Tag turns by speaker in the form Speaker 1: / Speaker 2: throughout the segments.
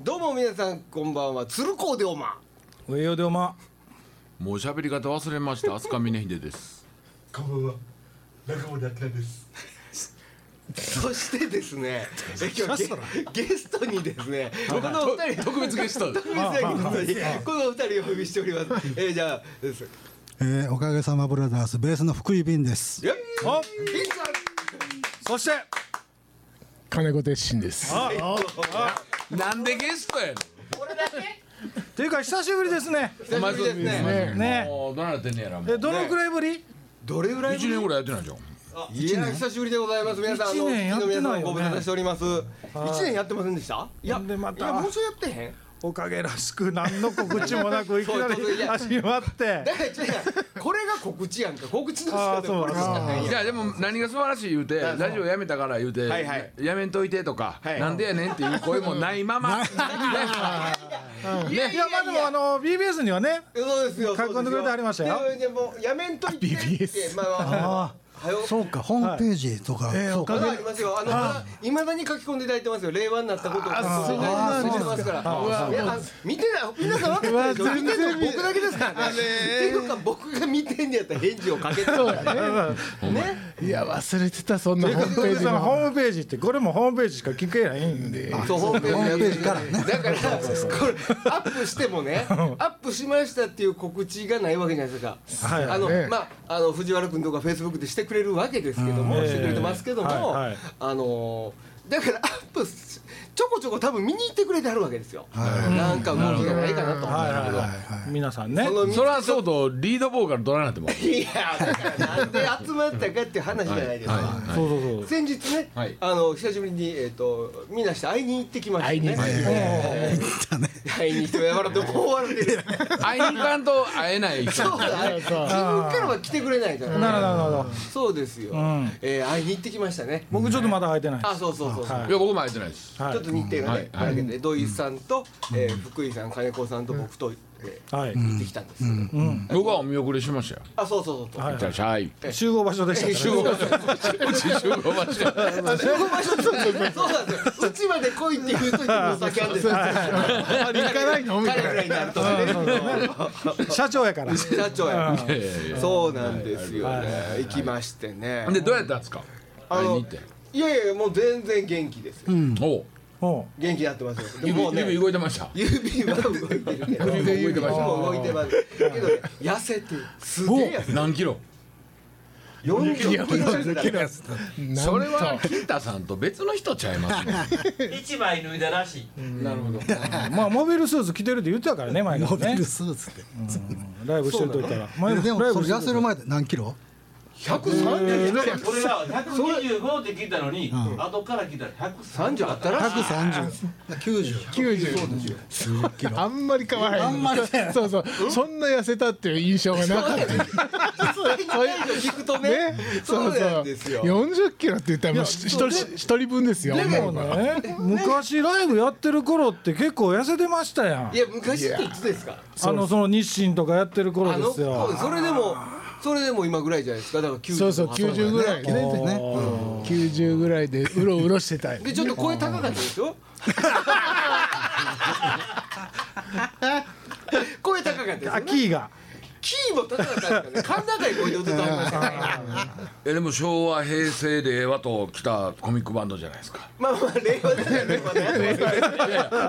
Speaker 1: どうも皆さんこんばんは鶴光でおま
Speaker 2: 上よでおま
Speaker 3: もう喋り方忘れました。飛鳥峰秀です。
Speaker 4: こんばんは。中森明菜です。
Speaker 1: そしてですねえ今日ゲゲストにですねこのお二人
Speaker 3: 特別ゲスト。
Speaker 1: 特別ゲストにこのお二人をお呼びしておりますえーじゃあです
Speaker 5: えー、おかげさまブラザースベースの福井便です。
Speaker 1: え
Speaker 2: お
Speaker 1: 銀さん
Speaker 2: そして
Speaker 6: 金子鉄心です。
Speaker 3: なんでゲストやね
Speaker 2: っていうか久しぶりですね
Speaker 1: 久しぶりですね
Speaker 3: ん。
Speaker 2: ね
Speaker 3: もうどうなってんねやら。も
Speaker 2: え
Speaker 3: う
Speaker 2: どのくらいぶり
Speaker 1: どれぐらい
Speaker 3: 一年ぐらいやってないじゃん。
Speaker 1: いや久しぶりでございます皆さんあの
Speaker 2: 一年やってないよね
Speaker 1: お聞きの皆さんご無沙汰しております一年やってませんでしたいや
Speaker 2: ほんでまた
Speaker 1: いやもうちょいやってへん
Speaker 2: おかげらしく何の告知もなくいきなり始まって
Speaker 1: だから違うこれが告知やんか告知の仕
Speaker 2: あ
Speaker 1: 方
Speaker 2: ーそう
Speaker 1: これしかない
Speaker 3: い
Speaker 1: やん
Speaker 3: やでも何が素晴らしい言うてラジオやめたから言うて
Speaker 1: はいはい
Speaker 3: やめんといてとか
Speaker 1: はい
Speaker 3: なんでやねんっていう声もないま まね
Speaker 2: いやまあでもあの BBS にはね
Speaker 1: そうですよ
Speaker 2: 書き込んでくれてありましたよ
Speaker 1: そうですでもうやめんといてってまあまあ
Speaker 5: あ
Speaker 1: はよ
Speaker 5: あ、そうか、ホームページとか、そう
Speaker 1: ま
Speaker 5: か。
Speaker 1: だありますよ。あのいまだに書き込んでいただいてますよ。令和になったことを書き込んでいただいてますから。いやあの見てない皆さん分かってるでしょ。見てるの僕だけですからね。っていうか僕が見てんねやったら返事をかけてるからね。ね。
Speaker 6: いや忘れてたそんな
Speaker 2: という
Speaker 6: ホ
Speaker 2: か
Speaker 6: ームペー
Speaker 2: そ
Speaker 6: ジ
Speaker 2: のホ
Speaker 6: の。
Speaker 2: ームページってこれもホームページしか聞けないんで
Speaker 1: そうホームページ
Speaker 5: から
Speaker 1: だからこれアップしてもね、アップしましたっていう告知がないわけじゃないですか。
Speaker 2: はい
Speaker 1: あの
Speaker 6: ね
Speaker 1: まああの藤原君とかフェイスブックでしてくれるわけですけども、してくれてますけども、
Speaker 2: はいはい
Speaker 1: あのーだからアップしちょこちょこ多分見に行ってくれてあるわけですよ。なんか動きがないかなと思うんだけど。
Speaker 2: 皆さんね
Speaker 1: その
Speaker 3: そらそうとリードボーカル取らなっても
Speaker 1: いやだからなんで集まったかっていう話じゃないですか。
Speaker 2: そうそうそう
Speaker 1: 先日ね、
Speaker 3: はい
Speaker 1: あの久しぶりにえっ、とみんなして会いに行ってきましたね。
Speaker 6: 会いに行ってきました
Speaker 1: えー会いに行ってもやばらともう終わるで。
Speaker 3: 会いに行かんと会えない
Speaker 1: そうだね。自分からは来てくれないから、ね。
Speaker 2: なるほどなるほど
Speaker 1: そうですよ、
Speaker 2: ん
Speaker 1: えー会いに行ってきましたね。
Speaker 2: 僕ちょっとまだ入ってない
Speaker 1: あ、そうそうそうそう。
Speaker 3: いや僕も会えてないです
Speaker 2: はい
Speaker 1: ちょっと日程がね、
Speaker 3: は
Speaker 1: あ
Speaker 3: い
Speaker 1: るけどね、土井さんと、えー福井さん、金子さんと僕と、え
Speaker 2: はい
Speaker 1: ー行ってきたんですけど、
Speaker 3: 僕はお見送りしましたよ
Speaker 1: あ、そうそうそうそう。
Speaker 2: はい
Speaker 3: いってらっし ゃい
Speaker 2: 集合場所でしたからね
Speaker 3: 集合場所うち集合
Speaker 1: あ
Speaker 3: 場所
Speaker 1: 集合場所そうなんですよ。うちまで来いって言うときもお酒あんですよ。
Speaker 6: 行かないのみた
Speaker 1: 彼ぐ
Speaker 6: いな。
Speaker 1: らいになるとね。
Speaker 2: 社長やから
Speaker 1: 社長や。
Speaker 3: いやいやいや
Speaker 1: そうなんですよね。行きましてね。
Speaker 3: でどうやったんですか
Speaker 1: あ
Speaker 3: 会いに行
Speaker 1: の
Speaker 3: って、
Speaker 1: いやいや、もう全然元気ですよ。
Speaker 3: おう
Speaker 2: おう
Speaker 1: 元気になってますよ。で
Speaker 3: 指
Speaker 1: もうね
Speaker 3: 指動いてました
Speaker 1: 指は動いてるけど
Speaker 3: 指動いてました
Speaker 1: 動いてますけどね痩せてすげえ痩せて
Speaker 3: 何キロ
Speaker 1: 40キロ痩せた
Speaker 3: それは金太さんと別の人ちゃい ますね
Speaker 7: 一枚脱いだらしい。
Speaker 3: なるほど
Speaker 2: まあモビルスーツ着てるって言ってたからね前か
Speaker 5: モ
Speaker 2: ら
Speaker 5: ビ
Speaker 2: ね
Speaker 5: ルスーツって。
Speaker 2: ライブしてると言ったら前
Speaker 5: ででも、それ
Speaker 2: してる
Speaker 5: 痩せる前で何キロ。
Speaker 1: 130キロや
Speaker 7: 俺らは125って聞いたのに、後から聞いたら130。
Speaker 1: 30あったらしい
Speaker 5: 百三十。九十。
Speaker 6: 九十。 あんまり変わらへん。あんまり。そうそう。そんな痩せたっていう印象がなかった。
Speaker 1: それ以上聞くとね
Speaker 6: ね。
Speaker 1: そ
Speaker 6: そう
Speaker 1: うな
Speaker 6: そ
Speaker 1: ん
Speaker 6: う
Speaker 1: ですよ。
Speaker 6: 四十キロって言ったらもう一人一人分ですよ。
Speaker 2: でもね昔ライブやってる頃って結構痩せてましたやん
Speaker 1: いや昔っていつですか
Speaker 2: あのその日清とかやってる頃
Speaker 1: あの
Speaker 2: ですよ
Speaker 1: それでもそれでも今ぐらいじゃないですかだから90
Speaker 6: そうそう九十ぐらい
Speaker 5: 綺。麗でね。
Speaker 6: 九十ぐらいでうろうろし てたい。
Speaker 1: でちょっと声高かったでし ょ声高かったですよ
Speaker 2: あ
Speaker 1: ね
Speaker 2: キーが
Speaker 1: キーも高かったですからね甲高い声で歌ってはりましたから
Speaker 3: えでも昭和平成令和と来たコミックバンドじゃないですか
Speaker 1: まあまあ令和ですよねまあね
Speaker 3: い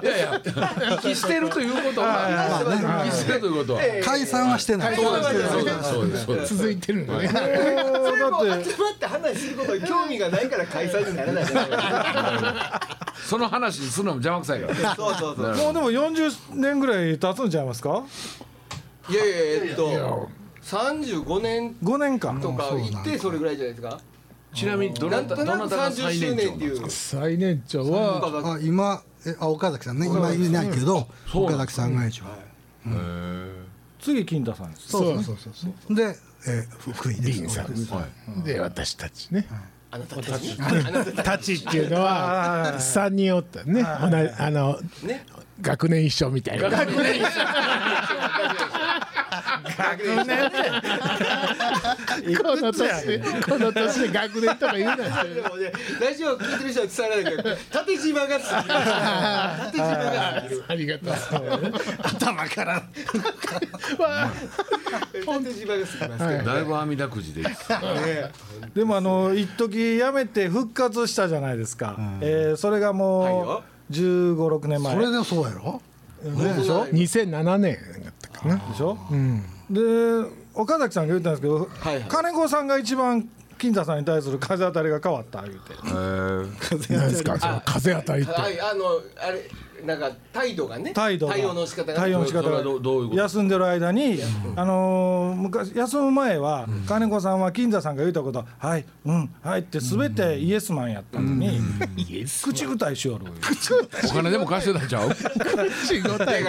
Speaker 3: やいや生きしてるということは生きしてるということは
Speaker 5: 解散はしてない。
Speaker 3: そうですそうですそうですそうです
Speaker 6: 続いてるのね。
Speaker 1: それも集まって話することに興味がないから解散にならないじゃないですか
Speaker 3: その話するのも邪魔くさいから
Speaker 1: そうそうそう
Speaker 2: もうでも40年ぐらい経つんちゃいますか
Speaker 1: いやいやえっと35年
Speaker 2: 5年間
Speaker 1: とか行ってそれぐらいじゃないですか
Speaker 3: ちなみにど
Speaker 1: な
Speaker 3: なんた
Speaker 1: と
Speaker 3: ど
Speaker 1: な
Speaker 3: な
Speaker 1: く
Speaker 3: たが最
Speaker 1: 30周年
Speaker 3: 年長
Speaker 1: っていう
Speaker 6: 最年長は
Speaker 5: あ、今、えあ、岡崎さんね、今いないけど、岡崎さんが一応。
Speaker 2: 次金太さん です
Speaker 6: そう
Speaker 5: そうそうそう。で、えー、福井です。
Speaker 6: さん
Speaker 3: はい
Speaker 6: で私たちね。
Speaker 1: あなたたちあなたた
Speaker 6: たちっていうのは三人おったね。ほなあの
Speaker 1: ね
Speaker 6: 学年一緒みたいな。
Speaker 1: ち学年下
Speaker 6: この年でこの年で学年とか言うなよ
Speaker 1: でもねラジオ聞いてる人は伝えられないけど縦じまがつき縦じまがつき
Speaker 6: ありがとう
Speaker 5: 頭から
Speaker 1: 縦じまがつきますけ
Speaker 3: だいぶ網だくじで
Speaker 1: どね
Speaker 2: でもあの一時やめて復活したじゃないですか、えーそれが
Speaker 1: はい
Speaker 2: も
Speaker 1: よ
Speaker 2: う1 5 6年前
Speaker 5: それでそうやろねでしょ
Speaker 6: 2007年だったかな
Speaker 2: でしょ、で岡崎さんが言ったんですけ
Speaker 1: は
Speaker 2: ど、
Speaker 1: いはい
Speaker 2: 金子さんが一番金田さんに対する風当たりが変わった言うて
Speaker 6: 何ですかその風当たりって
Speaker 1: はいあのあれなんか態度がね
Speaker 2: 態度が
Speaker 1: 応の仕方が
Speaker 2: 対応の仕方
Speaker 3: それ
Speaker 2: が
Speaker 3: はどどういうこと
Speaker 2: 休んでる間に、あのー昔休む前は金子さんは金田さんが言ったこと「はいうんはい」って全てイエスマンやったのに、口歌いしよる
Speaker 3: すお金でも貸してたんちゃう
Speaker 6: 仕事
Speaker 1: だから違う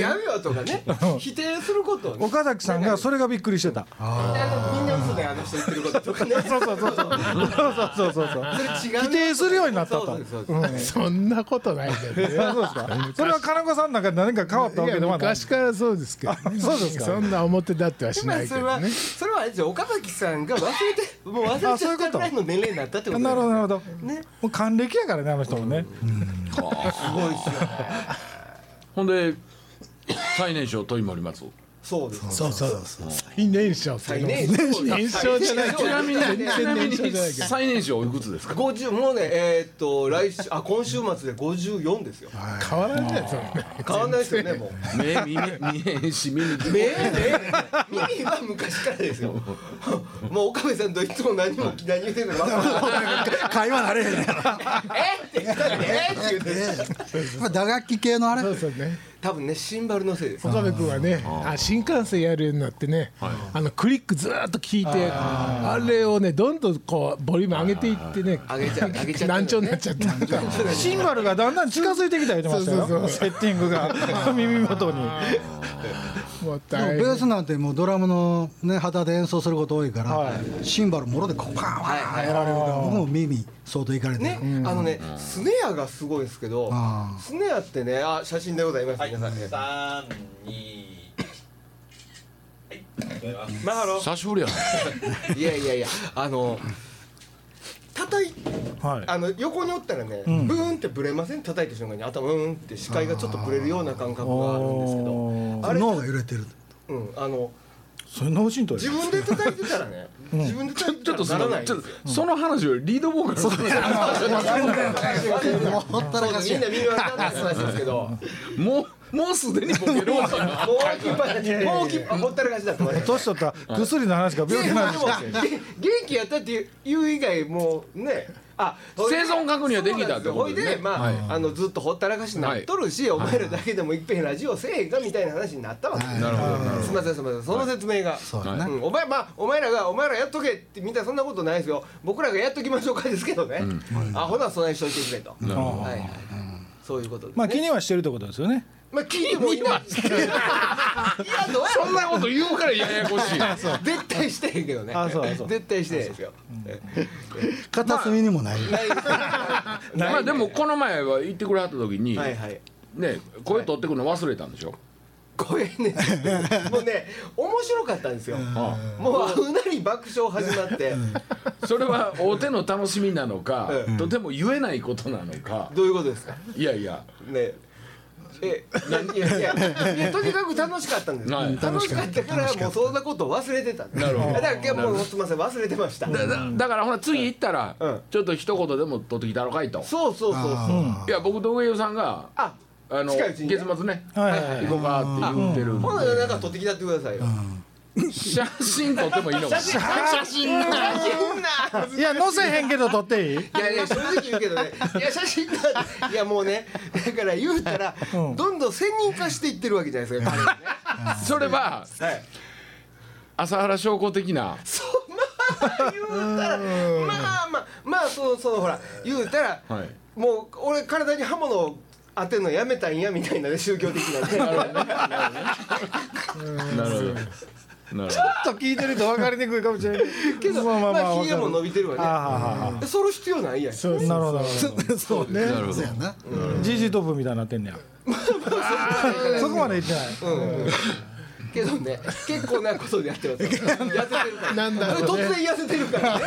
Speaker 1: よとかね否定することをね
Speaker 2: 岡崎さんがそれがびっくりしてた
Speaker 1: あのみんな嘘だよあの人言ってることとかね
Speaker 2: そうそうそうそうそうそうそうそ
Speaker 1: そ
Speaker 2: う
Speaker 1: れ違う
Speaker 2: 否定するようになったと
Speaker 1: そうそうそう
Speaker 6: そんなことないけどね
Speaker 2: あそうですかそれは金子さんの中で何か変わったわ
Speaker 6: い
Speaker 2: け
Speaker 6: や
Speaker 2: ではない
Speaker 6: 昔からそうですけどね
Speaker 2: そうですか
Speaker 6: そんな表立っては
Speaker 1: で
Speaker 6: し
Speaker 1: も
Speaker 6: ない
Speaker 1: それ
Speaker 6: けど
Speaker 1: は
Speaker 6: ね
Speaker 1: それはあれですよ岡崎さんが忘れてもう忘れ
Speaker 2: あ
Speaker 1: ち
Speaker 2: そ
Speaker 1: ゃ
Speaker 2: うい
Speaker 1: っ
Speaker 2: うこ
Speaker 1: た
Speaker 2: と
Speaker 1: ぐらいの年齢になったってこと
Speaker 2: なるほどなるほど
Speaker 1: ね
Speaker 2: もう還暦やからねあの人もね
Speaker 1: すごいっすよね
Speaker 3: ほんで最年少問い森松
Speaker 1: そう です
Speaker 5: そうそうそう
Speaker 6: 最年少っていうのも年少じ ゃない
Speaker 1: ちなみに
Speaker 6: 全然年少じゃないけど
Speaker 3: 最年少おいくつですか
Speaker 1: 50もうねえーっと来週あ今週末で54ですよ
Speaker 6: 変わらんじゃないそんな
Speaker 1: 変わんないですよねもう
Speaker 3: 目 見え見えへんし見に
Speaker 1: 目ね耳は昔からですよ もう岡部さんといつも何も何言ってるのか分からない
Speaker 5: 会話なれへんね
Speaker 1: えって言ったらえって言って
Speaker 5: まあ打楽器系のあれ
Speaker 6: そうそうね
Speaker 1: 多分ねシンバルのせいです
Speaker 6: 岡部君はねあ新幹線やるようになってね、あのクリックずーっと聞いてあれをねどんどんこうボリューム上げていってね
Speaker 1: 上げちゃう上げちゃう
Speaker 6: 難聴になっちゃったんだ
Speaker 2: シンバルがだんだん近づいてきた言ってました
Speaker 6: そうそ
Speaker 2: よ
Speaker 6: う
Speaker 2: セッティングが耳元に
Speaker 6: もっ
Speaker 5: で
Speaker 6: た
Speaker 5: も
Speaker 6: い
Speaker 5: ベースなんてもうドラムのね肌で演奏すること多いから、
Speaker 2: はい
Speaker 5: シンバルもろでこうパン
Speaker 1: はいはい
Speaker 5: やられるから僕も耳相当いかれてる、
Speaker 1: ね、あのね、スネアがすごいんですけど、スネアってね、あ、写真でございます。皆さんね。
Speaker 7: 三二。はい。ありがとうございます
Speaker 1: マハロ。
Speaker 3: 久しぶりや
Speaker 1: いやいやいや、あの。叩い、
Speaker 2: はい
Speaker 1: あの横におったらね、ブーンってブレません、叩いた瞬間に頭うーんって視界がちょっとブレるような感覚があるんですけど。あれ、
Speaker 5: 脳が揺れてる
Speaker 1: うん、あの、
Speaker 2: それ脳震盪
Speaker 1: 自
Speaker 2: や
Speaker 1: 分で叩いてたらね、自分で叩いて
Speaker 3: ち
Speaker 1: た
Speaker 3: ょっと
Speaker 1: ら
Speaker 3: そ
Speaker 1: ならな
Speaker 3: の
Speaker 1: いん
Speaker 3: ち
Speaker 1: です
Speaker 3: ょっ
Speaker 1: よ。
Speaker 3: とその話よりリードボーカルの話
Speaker 5: もうほったらか
Speaker 1: み
Speaker 5: し
Speaker 1: んな耳分かん ない話ですけど、も
Speaker 3: もうもうすでにボケ るわ
Speaker 1: う飽きっぱなし、もう飽きっぱほったらかしだと思います。
Speaker 2: 年取ったら薬の話か病気の話か
Speaker 1: いやでもげ元気やったっていう以外もうねあ
Speaker 3: 生存確認はできたってこと
Speaker 1: ほい
Speaker 3: ですね
Speaker 1: でまあ,、あのずっとほったらかしになっとるし、お前らだけでもいっぺんラジオせえへんかみたいな話になったわけ、
Speaker 3: なるほどなる
Speaker 1: すみませんすみませんその説明が、
Speaker 5: うだね
Speaker 1: うんお前まあお前らがお前らやっとけってみんなそんなことないですよ僕らがやっときましょうかですけどね、あほなそないしといてくれと、はいはいはいそういうことです、ね、
Speaker 2: まあ気にはしてるってことですよね
Speaker 1: まあ聞いてもい ないいやどうや
Speaker 3: そんなこと言うからややこしい
Speaker 1: 絶対してへんけどね
Speaker 2: あそうそう
Speaker 1: 絶対してないですよ、
Speaker 5: 片隅にもない、
Speaker 3: まあでもこの前は行ってくれはった時に
Speaker 1: はいはい
Speaker 3: ね声取ってくるの忘れたんでしょ
Speaker 1: ごめんねもうね面白かったんですよ
Speaker 3: あ
Speaker 1: もううなり爆笑始まって
Speaker 3: あ それは大手の楽しみなのか
Speaker 1: うん
Speaker 3: とても言えないことなのか
Speaker 1: どういうことですか
Speaker 3: いやいや
Speaker 1: ねえいやいやいやとにかく楽しかったんです
Speaker 3: はい
Speaker 1: 楽しかったからもうそんなこと忘れてたんです
Speaker 3: なるほど
Speaker 1: だからもうすみません忘れてました
Speaker 3: だだだからほら次行ったら
Speaker 1: うん
Speaker 3: ちょっと一言でも取ってきたのかいと
Speaker 1: そうそうそうそう
Speaker 3: いや僕と上湯さんが
Speaker 1: あ
Speaker 3: あの
Speaker 1: 近いう
Speaker 3: 月
Speaker 1: ちにね
Speaker 3: 末ね
Speaker 2: はいはいはい
Speaker 3: 行こうかって言ってるんで
Speaker 1: ほななんか撮ってきたってくださいよ
Speaker 3: 写真撮ってもいいのかな
Speaker 2: いや載せへんけど取っていい
Speaker 1: いやい や正直言うけどねいや写真だいやもうねだから言うたらどんどん専任化していってるわけじゃないですか彼はね
Speaker 3: それは
Speaker 1: はい
Speaker 3: 朝原翔子的な
Speaker 1: そうまあ言うたらまあまあまあそうそうほら言うたら、
Speaker 3: はい
Speaker 1: もう俺体に刃物を当てるのやめたんやみたいなね宗教的なね
Speaker 3: なるほどなるほ
Speaker 2: ちょっと聞いてると分かりにくいかもしれない
Speaker 1: けど
Speaker 2: ま
Speaker 1: ま
Speaker 2: あま
Speaker 1: あ
Speaker 2: あまあ
Speaker 1: ひげも伸びてるわ
Speaker 2: ああはあは
Speaker 1: ねそれ必要ないやん
Speaker 6: そうそう
Speaker 2: なるほどなるほど
Speaker 5: そう
Speaker 3: ど
Speaker 5: ね
Speaker 3: なるほ
Speaker 5: そ
Speaker 3: ど
Speaker 5: うやな、
Speaker 2: ジージートップみたいになってんねやそこまでいってない
Speaker 1: けどね結構なことでやってます痩せてるから
Speaker 6: なんだろうね
Speaker 1: 突然痩せてるからね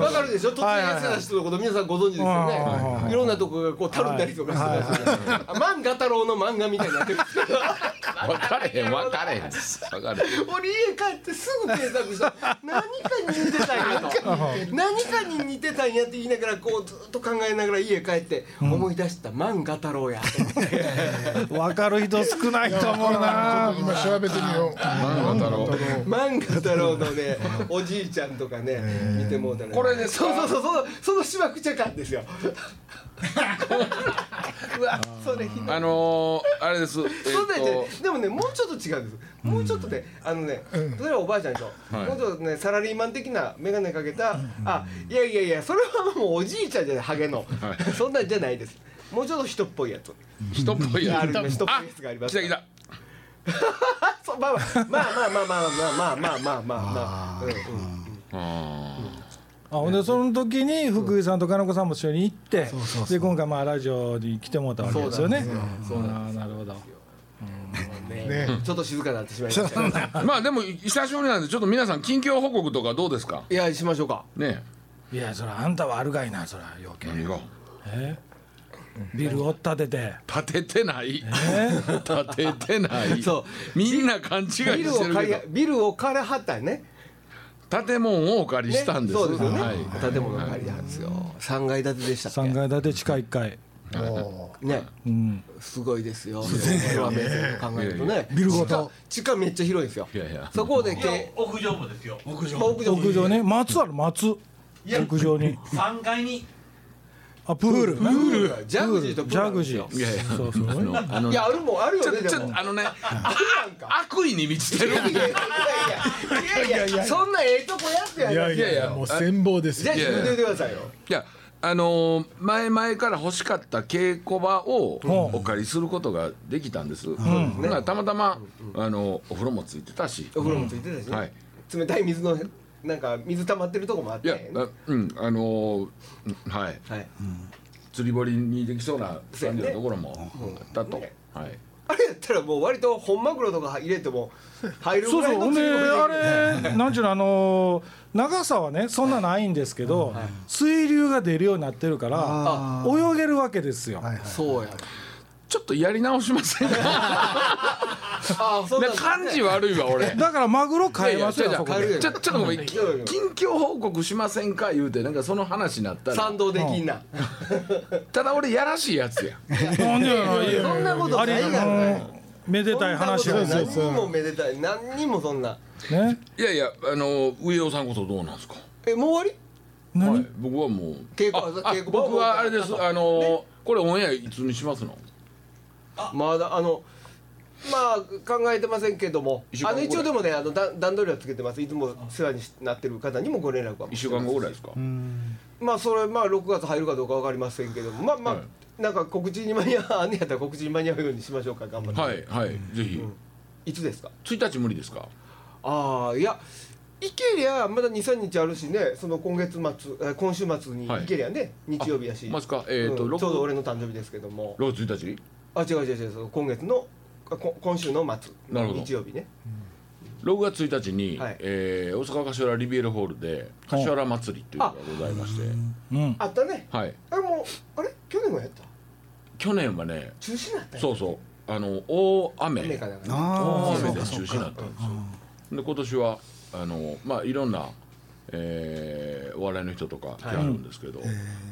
Speaker 1: わかるでしょ突然痩せた人のこと皆さんご存知ですよね、、
Speaker 2: はいはいはい
Speaker 1: ろんなとこがこうたるんだりとかしてますよねあ漫画太郎の漫画みたいになってるんですけど
Speaker 3: 分かれへん分かれへん分かれへん
Speaker 1: 俺家帰ってすぐ検索した何かに似てたんやと何かに似てたんやって言いながらこうずっと考えながら家帰って思い出した漫画太郎やと思って
Speaker 2: 分かる人少ないと思うな
Speaker 6: 今調べてみよう
Speaker 3: 漫画だろ
Speaker 1: 漫画太郎のねおじいちゃんとかね見てもうたら
Speaker 3: これですか
Speaker 1: そうそうそうそのそのしわくちゃ感ですよ うわそれひどい
Speaker 3: あのー、あれですえ
Speaker 1: そうだよね
Speaker 3: ー、
Speaker 1: でもねもうちょっと違うんですもうちょっとね、あのね例えばおばあちゃんでしょ、
Speaker 3: はい
Speaker 1: もうちょっとねサラリーマン的な眼鏡かけた、あいやいやいやそれはもうおじいちゃんじゃないハゲの、 そんなんじゃないですもうちょっと人っぽいやつ
Speaker 3: と人っぽい
Speaker 1: あ
Speaker 3: や
Speaker 1: る
Speaker 3: つ
Speaker 1: ね人っぽいやつがあります
Speaker 3: 来た来た
Speaker 1: あそうまあまあまあまあまあまあまあまあまあまあまあうんうん
Speaker 2: あほんでその時に福井さんと金子さんも一緒に行ってで今回まあラジオに来てもらったわけですよね
Speaker 1: そう
Speaker 2: ああなるほど
Speaker 1: ねちょっと静かになってしまいましたね
Speaker 3: まあでも久しぶりなんでちょっと皆さん近況報告とかどうですか
Speaker 1: いやしましょうか
Speaker 3: ね
Speaker 2: いやそれあんたはあるがいなそれ余
Speaker 3: え
Speaker 2: 計
Speaker 3: 何が
Speaker 2: ビルを立てて
Speaker 3: 立ててない立ててない
Speaker 1: そ
Speaker 3: みんな勘違いして
Speaker 1: ビルを
Speaker 3: る
Speaker 1: 借
Speaker 3: け
Speaker 1: り
Speaker 3: ど
Speaker 1: ビルを借りはったんやね
Speaker 3: 建物をお借りしたんです、
Speaker 1: そうですよね、
Speaker 3: はい
Speaker 1: 建物を借りたんですよ三階建てでしたっ
Speaker 2: 3階建て地下1階
Speaker 1: けね
Speaker 2: うん
Speaker 1: すごいですよ。それは目線で考えると
Speaker 3: いやい
Speaker 1: ね。
Speaker 5: ビルごと
Speaker 1: 地下めっちゃ広いんですよ。
Speaker 3: いやいや
Speaker 1: そこでけ、
Speaker 7: 屋上もですよ
Speaker 1: 屋上屋
Speaker 2: 屋上ね松ある松
Speaker 7: や
Speaker 2: 屋上に
Speaker 7: 3階に
Speaker 2: あプールプール
Speaker 1: ジャグジーとプ
Speaker 2: ジ
Speaker 1: ールある
Speaker 2: ャ
Speaker 1: ん
Speaker 2: グ
Speaker 1: です
Speaker 2: ジ
Speaker 1: よ。
Speaker 3: いやいや
Speaker 2: ーそうそう
Speaker 3: あのあの
Speaker 1: いやあるもんあるよね。
Speaker 3: ち
Speaker 1: で
Speaker 3: ょっ
Speaker 1: も
Speaker 3: とあのね
Speaker 1: あるやんか。
Speaker 3: 悪意に満ちてる
Speaker 1: いやいやいやいやいやそんなええとこやってや
Speaker 6: い
Speaker 1: る。
Speaker 6: やいやいやもう羨望です
Speaker 1: じゃ
Speaker 6: よ
Speaker 1: あ自分で言ってくださいよ。
Speaker 3: いやあのー前々から欲しかった稽古場をお借りすることができたんです、ほんならたまたま、あのお風呂もついてたし、
Speaker 1: お風呂もついてたし
Speaker 3: は
Speaker 1: ね
Speaker 3: い。
Speaker 1: 冷たい水のなんか水溜まってるとこもあっ
Speaker 3: い
Speaker 1: て
Speaker 3: や
Speaker 1: ね。
Speaker 3: あうんあのーうんはい
Speaker 1: はい。
Speaker 3: 釣り堀にできそうな
Speaker 1: そうや
Speaker 3: 感
Speaker 1: ね
Speaker 3: じのところもあったと、
Speaker 1: ね
Speaker 3: はい
Speaker 1: あれやったらもう割と本マグロとか入れても入る
Speaker 2: そ
Speaker 1: ぐ
Speaker 2: う
Speaker 1: ら
Speaker 2: そ
Speaker 1: いうの
Speaker 2: ほんで
Speaker 1: 強い
Speaker 2: あれなんちゅうのあの長さはねそんなないんですけど水流が出るようになってるから泳げるわけですよ
Speaker 1: そうや。
Speaker 3: ちょっとやり直しませんか
Speaker 1: ああ そん
Speaker 3: ね
Speaker 1: なん
Speaker 3: 感じ悪いわ俺
Speaker 2: だからマグロ
Speaker 3: いや
Speaker 2: 買
Speaker 3: い
Speaker 2: えま
Speaker 3: や
Speaker 2: す
Speaker 3: ち
Speaker 2: よ
Speaker 3: ょち
Speaker 2: そ
Speaker 3: ょ
Speaker 2: こ
Speaker 1: 買える
Speaker 2: で
Speaker 1: やん
Speaker 3: ちょちょっとごめん
Speaker 1: いやいや
Speaker 3: 近況報告しませんか言うてなんかその話になったら
Speaker 1: 賛同できんな。
Speaker 3: ただ俺やらしいやつや
Speaker 2: なんでやろいや
Speaker 1: そんなこと
Speaker 2: あ
Speaker 1: な
Speaker 2: り
Speaker 1: いやろ。
Speaker 2: うんめでたい話
Speaker 1: そ
Speaker 2: が
Speaker 1: んな
Speaker 2: ね
Speaker 1: こと何にもめでたい何にもそんない
Speaker 3: やいやあの上尾さんこそどうなんですか
Speaker 1: えもう終わ
Speaker 2: 何
Speaker 3: はい、僕はもう
Speaker 1: 稽古は
Speaker 3: ああ
Speaker 1: 稽古
Speaker 3: 僕はあれですあの、これオンエアいつにしますの
Speaker 1: りまだあのまあ考えてませんけども
Speaker 3: 一週間
Speaker 1: あ
Speaker 3: 後
Speaker 1: の一応でもねあのだ段取りはつけてますいつも世話になってる方にもご連絡は
Speaker 3: 1週間後ぐらいですか
Speaker 1: まあそれまあ6月入るかどうか分かりませんけどもまあまあ、
Speaker 3: は
Speaker 1: なんか告知に間に合わんねやったら告知に間に合うようにしましょうか頑張って、
Speaker 3: はいはいぜひ、
Speaker 1: いつですか
Speaker 3: 1日無理ですか
Speaker 1: ああいやイケリアまだ23日あるしねその今月末えー今週末に
Speaker 3: はい
Speaker 1: イケリアね、日曜日やし、
Speaker 3: ますかえっ、と、
Speaker 1: うん
Speaker 3: 六
Speaker 1: ちょうど俺の誕生日ですけども
Speaker 3: 6月1日
Speaker 1: あ違う違う違うそう今月のあこ今週の末
Speaker 3: なるほど
Speaker 1: 日曜日ね
Speaker 3: 6月1日に、
Speaker 1: はい
Speaker 3: えー大阪柏リビエルホールで柏祭りっていうのがございまして
Speaker 2: うん
Speaker 1: あったね
Speaker 3: はい
Speaker 1: あれもうあれ去年もやった
Speaker 3: 去年はね
Speaker 1: 中止になったよ
Speaker 3: そうそうあの大雨
Speaker 1: 雨かなんかね
Speaker 5: あ
Speaker 3: 大
Speaker 5: あそ
Speaker 3: 雨
Speaker 5: う
Speaker 3: で中
Speaker 5: かそう
Speaker 3: 止にな
Speaker 5: か
Speaker 3: ったんですよで今年はあのまあいろんな、えーお笑いの人とか来はるんですけど、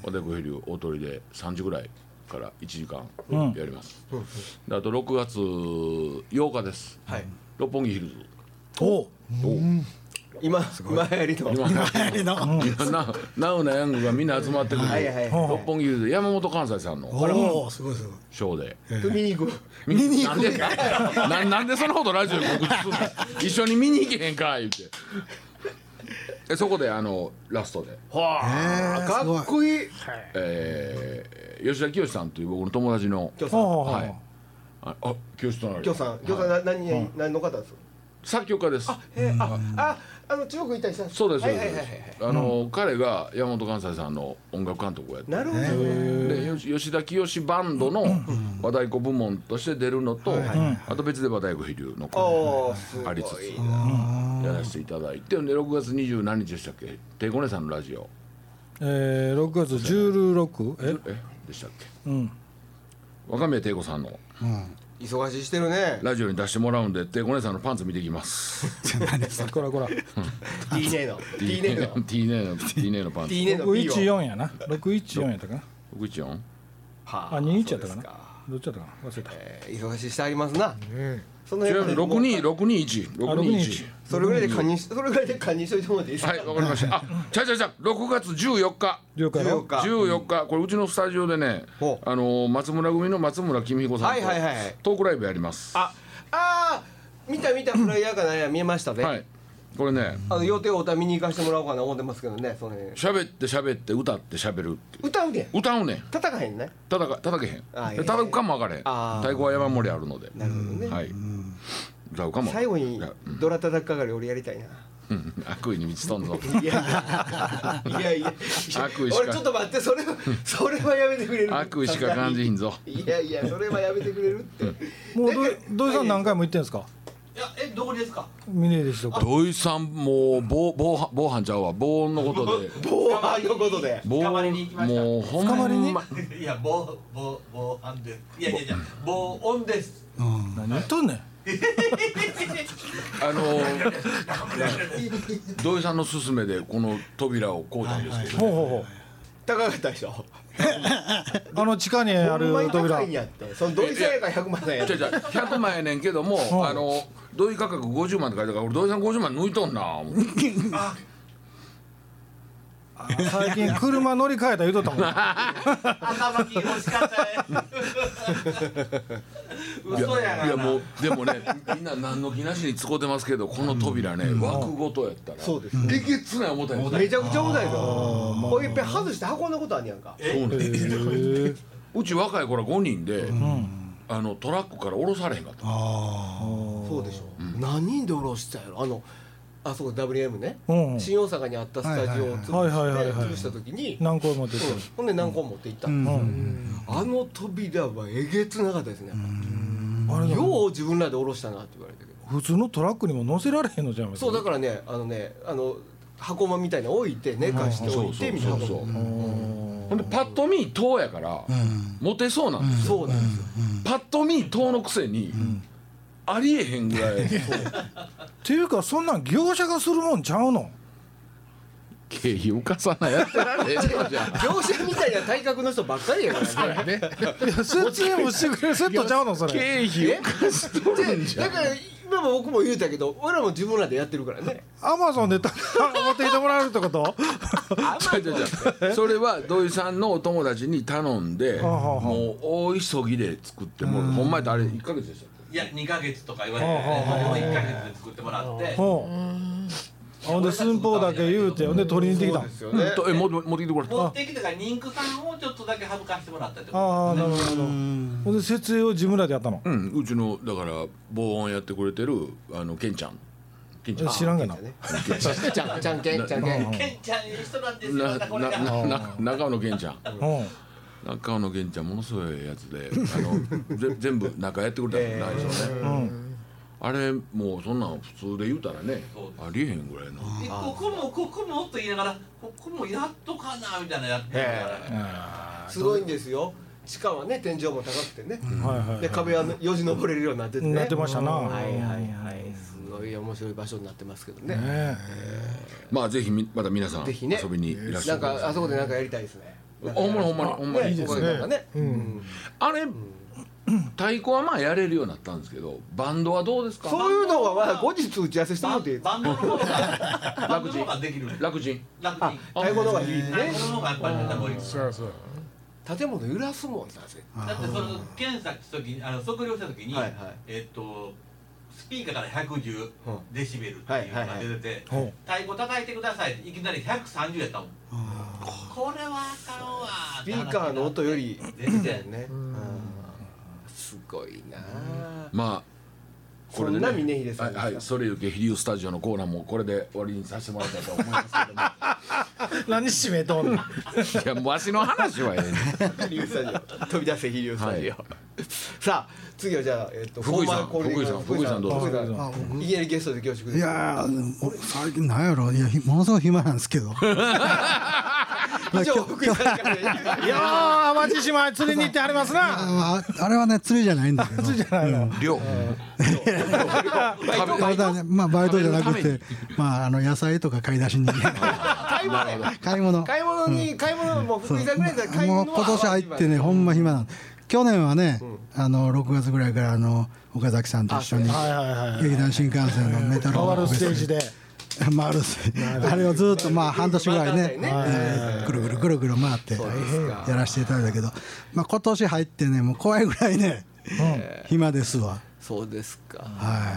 Speaker 3: おでこヘリを大鳥で3時ぐらいから1時間
Speaker 2: うん
Speaker 3: やります、であと6月8日です、
Speaker 1: はい
Speaker 3: 六本木ヒルズ
Speaker 2: おう
Speaker 1: 今今流行りの
Speaker 3: 今なナウなヤングがみんな集まってくる、
Speaker 1: はいはい
Speaker 2: ほう
Speaker 1: は
Speaker 3: 六本木ヒルズ山本関西さんの
Speaker 5: おおすごいすごい
Speaker 3: ショーで
Speaker 1: い見に行く
Speaker 3: 見に行くなんでななんでそのことラジオに告知す るの一緒に見に行けへんかいってでそこであのラストで、
Speaker 5: えーす
Speaker 1: か
Speaker 5: ご
Speaker 1: っ
Speaker 5: い
Speaker 1: こいい
Speaker 3: えー吉田清さんという僕の友達の
Speaker 1: きょさん
Speaker 2: ほうほうほう
Speaker 3: はいああ清となる
Speaker 1: きょさんきょさんな何何何の方です
Speaker 3: 作曲家です
Speaker 1: えーあああの中国行ったりしたんですか
Speaker 3: そうです、
Speaker 1: は
Speaker 3: そ
Speaker 1: いうはい
Speaker 3: で
Speaker 1: はいは
Speaker 3: すそう
Speaker 1: い
Speaker 3: です。あの、彼が山本関西さんの音楽監督をやって。
Speaker 1: なるほど
Speaker 3: で、よし吉田清バンドの和太鼓部門として出るのと、あと別で和太鼓飛龍の
Speaker 1: おーすご
Speaker 3: あ
Speaker 1: い
Speaker 3: りつつやらせていただいて、で6月20何日でしたっけ？手ごねさんのラジオ
Speaker 2: えー、6月16え
Speaker 3: えでしたっけ？若宮帝子さんの
Speaker 1: 忙しいしてるね
Speaker 3: ラジオに出してもらうんで、帝子姉さんのパンツ見てきます。
Speaker 2: こらこら
Speaker 1: D ネの D ネ の
Speaker 3: T ネの T ネのパンツ。
Speaker 1: D ネの B を
Speaker 2: 614やな614やったかな
Speaker 3: 僕一音。
Speaker 1: は
Speaker 2: あ21やったか
Speaker 1: そう
Speaker 2: な
Speaker 1: です
Speaker 2: どっちやったかな忘れた
Speaker 1: えー忙しいしてありますなその
Speaker 3: ちな
Speaker 1: 辺
Speaker 3: みに
Speaker 1: も
Speaker 3: 六二六二一六二一。
Speaker 1: それぐらいで加入しそれぐらいで加入しといてもらっていいですか
Speaker 3: はい、わかりました。あ、ちゃうちゃうちゃう、六月十四日。
Speaker 2: 了解
Speaker 1: 14日
Speaker 3: 十四日、これうちのスタジオでね
Speaker 1: ほ、
Speaker 3: あのー松村組の松村公彦さん
Speaker 1: はい
Speaker 3: と
Speaker 1: はいはいはい
Speaker 3: トークライブやります。
Speaker 1: ああー見た見たフライヤーか何や見えましたね、
Speaker 3: はい、これね、
Speaker 1: あの予定をおた見に行かしてもらおうかな思ってますけどねその辺
Speaker 3: 喋って喋って歌って喋るっていう。
Speaker 1: 歌うで
Speaker 3: 歌うねん、
Speaker 1: 叩かへんね
Speaker 3: 叩か叩けへん
Speaker 1: あいやい。や
Speaker 3: 叩くかもわかれへん。
Speaker 1: あー
Speaker 3: 太鼓は山盛りあるので。
Speaker 1: なるほどね
Speaker 3: はい。歌うかも。
Speaker 1: 最後に
Speaker 3: いや
Speaker 1: ドラ叩く係俺やりたいな
Speaker 3: うん悪意に満ちとんぞ。
Speaker 1: いやいやいや
Speaker 3: 悪意しか
Speaker 1: 俺ちょっと待ってそれ はそれはやめてくれる
Speaker 3: 悪意しか感じひんぞ。
Speaker 1: いやいやそれはやめてくれる って
Speaker 2: もうど土井さん何回も行ってんですか
Speaker 7: いやえどこですか
Speaker 2: 峰でしとか
Speaker 3: 土井さんもう防防犯防犯ちゃうわ防音のことで
Speaker 1: 防犯のことで
Speaker 3: 防
Speaker 7: 捕まりに行きました
Speaker 3: もうほんま
Speaker 2: 捕まりに
Speaker 7: いや棒棒棒あんですいやいやいや棒音です
Speaker 2: 何言っとんねん
Speaker 3: あの 土井さんの勧めでこの扉を買うたんですけど、
Speaker 2: ほうほうほう
Speaker 1: 高かったでしょ
Speaker 2: あの地下にあ
Speaker 1: ほんま
Speaker 2: る
Speaker 1: に高
Speaker 2: 扉
Speaker 1: いんやってその土井さんやから100万円やっ
Speaker 3: じゃじゃ100万やねんけども、あの土井価格50万って書いてあるから俺土井さん50万抜いとん な思って
Speaker 2: 最近車乗り換えた言うとったもん
Speaker 7: 頭金欲しかったね 嘘やがない
Speaker 3: やもうでもねみんな何の気なしに使うてますけどこの扉ね、枠ごとやったら、
Speaker 1: そうです
Speaker 3: えげつない重たいです
Speaker 1: めちゃくちゃ重たいぞこういっぺん外して運んだことあんねやんか
Speaker 3: うち若い頃は5人で、あのトラックから降ろされへんかった
Speaker 1: そうでしょ、何人で下ろしたやろあのあそこ WM ね、
Speaker 2: うん
Speaker 1: 新大阪にあったスタジオを潰して、
Speaker 2: はいはいはいはいはいはいはい
Speaker 1: 潰した時に、
Speaker 2: 何個も出て
Speaker 1: うんほんで何個も持って行ったんですよ、あの扉はえげつなかったですね、
Speaker 2: あれだ
Speaker 1: よう自分らで下ろしたなって言われたけど
Speaker 2: 普通のトラックにも乗せられへんのじゃん
Speaker 1: そうだからねあのねあの箱間みたいなの置いて寝かして
Speaker 3: そ
Speaker 1: 置
Speaker 3: う
Speaker 1: い
Speaker 3: そ
Speaker 1: て
Speaker 3: う
Speaker 1: みたい
Speaker 3: そ
Speaker 1: な
Speaker 3: うそう、
Speaker 1: そう
Speaker 3: ほんでパッと見党やから、モテそうなんですよ、
Speaker 1: そうなんですよ
Speaker 3: パッと見党のくせに、ありえへんぐらい
Speaker 2: っていうかそんなん業者がするもんちゃうの
Speaker 3: 経費浮かさないやってられへんのじゃん
Speaker 1: 業者みたいな体格の人ばっかりやからね
Speaker 2: 説明もしてくれるセットちゃうのそれ
Speaker 3: 経費浮かしとるん
Speaker 1: で
Speaker 3: じゃ
Speaker 1: だ
Speaker 3: ん
Speaker 1: から今も僕も言うたけど俺らも自分らでやってるからね
Speaker 2: アマゾンでた持ってきてもらえるってこと
Speaker 3: 違う違う違うそれは土井さんのお友達に頼んで
Speaker 2: はあはあ
Speaker 3: もう大急ぎで作ってもらうほんまやったらあれ1か月でしたっ
Speaker 7: いや2ヶ月とか言われてもう1ヶ月で作ってもらって
Speaker 2: ほうほんで寸法だけ言うてほんで取りに行ってきたん
Speaker 1: ですよ
Speaker 3: け、うんとえもう持ってきてこれ
Speaker 7: 持ってきてから妊婦さんをちょっとだけ省かしてもらったってこ
Speaker 2: ああなるほどなるほどほんで設営を自分らでやったの
Speaker 3: うんうちのだから防音やってくれてるあのケンちゃんケンちゃん
Speaker 2: 知らんがな
Speaker 1: じゃんじゃんけんじゃんけん
Speaker 7: とケンちゃんいい人なんですよ
Speaker 3: な
Speaker 7: またこれ
Speaker 3: な
Speaker 7: が
Speaker 3: なな中野源ちゃん
Speaker 2: うん
Speaker 3: 中野源ちゃんものすごいやつであの ぜ全部中やってくれたんですよ内緒ね、あれもうそんなん普通で言うたらね
Speaker 7: そうです
Speaker 3: ありえへんぐらいの
Speaker 7: でここもここもと言いながらここもやっとかなみたいなやってるから
Speaker 1: すごいんですよ地下はね天井も高くてね、
Speaker 2: はいはい
Speaker 1: で壁はよじ登れるようになっててね
Speaker 2: なってましたな
Speaker 1: はいはいはいすごい面白い場所になってますけどね
Speaker 2: ね
Speaker 3: まあぜひみまた皆さん
Speaker 1: ぜひね
Speaker 3: 遊びにいらっしゃ
Speaker 1: ないんかあそこでなんかやりたいですね
Speaker 3: ほんまにほんまにほんまに、
Speaker 1: ねここでなんかねうん
Speaker 3: あれ太鼓はまあやれるようになったんですけどバンドはどうですか
Speaker 1: そういうのはまだ後日打ち合わせしてもらっていいですか
Speaker 7: バンドの方 がバンドの方ができる
Speaker 3: 楽人
Speaker 7: 楽に
Speaker 1: 太鼓の方がいい
Speaker 7: 最
Speaker 1: ね
Speaker 7: 後の方がやっぱりねもう
Speaker 6: そうそう
Speaker 1: 建物揺らすもんさ絶
Speaker 7: だってその検査した時にあの測量した時に、
Speaker 1: はいはい
Speaker 7: えっとスピーカーから110
Speaker 1: うん
Speaker 7: デシベルっていうのが出てて、
Speaker 2: はいはいはい
Speaker 7: 太鼓叩いてくださいっていきなり130やったもんこれはあかんわっ
Speaker 1: ピ
Speaker 7: て話になって
Speaker 1: ーカーの音より
Speaker 7: 全然
Speaker 1: ねうんすごいな
Speaker 3: まあこれでね
Speaker 1: そんな峰秀さんですか
Speaker 3: はい、はい、それゆけ飛龍スタジオのコーナーもこれで終わりにさせてもらいたいと思いますけども
Speaker 2: 何締め とんの
Speaker 3: いやもうわしの話はええねん
Speaker 1: 飛龍スタジオ飛び出せ飛龍スタジオ、
Speaker 3: は
Speaker 1: さあ次はじゃあ、えっと
Speaker 3: 福井さん
Speaker 1: フォーマルコーディネーター
Speaker 3: 福井さん
Speaker 1: 福井さん
Speaker 2: どう
Speaker 1: 福井さんいきなりゲストで恐縮
Speaker 5: い
Speaker 1: です
Speaker 5: やー俺最近なんやろいやひものすごい暇なんですけど
Speaker 1: 以上福井さんから
Speaker 2: いやー淡路島へ釣りに行ってはりますな
Speaker 5: ああれはね釣りじゃないんだけど
Speaker 2: じゃないの
Speaker 3: 量
Speaker 5: バイトはねまあバイトじゃなくてまああの野菜とか買い出しに
Speaker 1: 買い物や
Speaker 5: 買い物
Speaker 1: 買い物に買い物もう福井さんぐらいだから買い
Speaker 5: もう
Speaker 1: 物は
Speaker 5: 今年入ってねほんま暇なの去年はね、あの6月ぐらいからあの岡崎さんと一緒に
Speaker 2: はいはいはい
Speaker 5: 劇団新幹線のメタル
Speaker 2: 変わるステージ
Speaker 5: で
Speaker 2: で
Speaker 5: 回るステージあれをずっとまあ半年ぐらいね
Speaker 1: ね
Speaker 5: えーぐるぐるぐるぐる回ってやらせていただいたけど、まあ、今年入ってねもう怖いぐらいね、暇ですわ
Speaker 1: そうですか
Speaker 5: は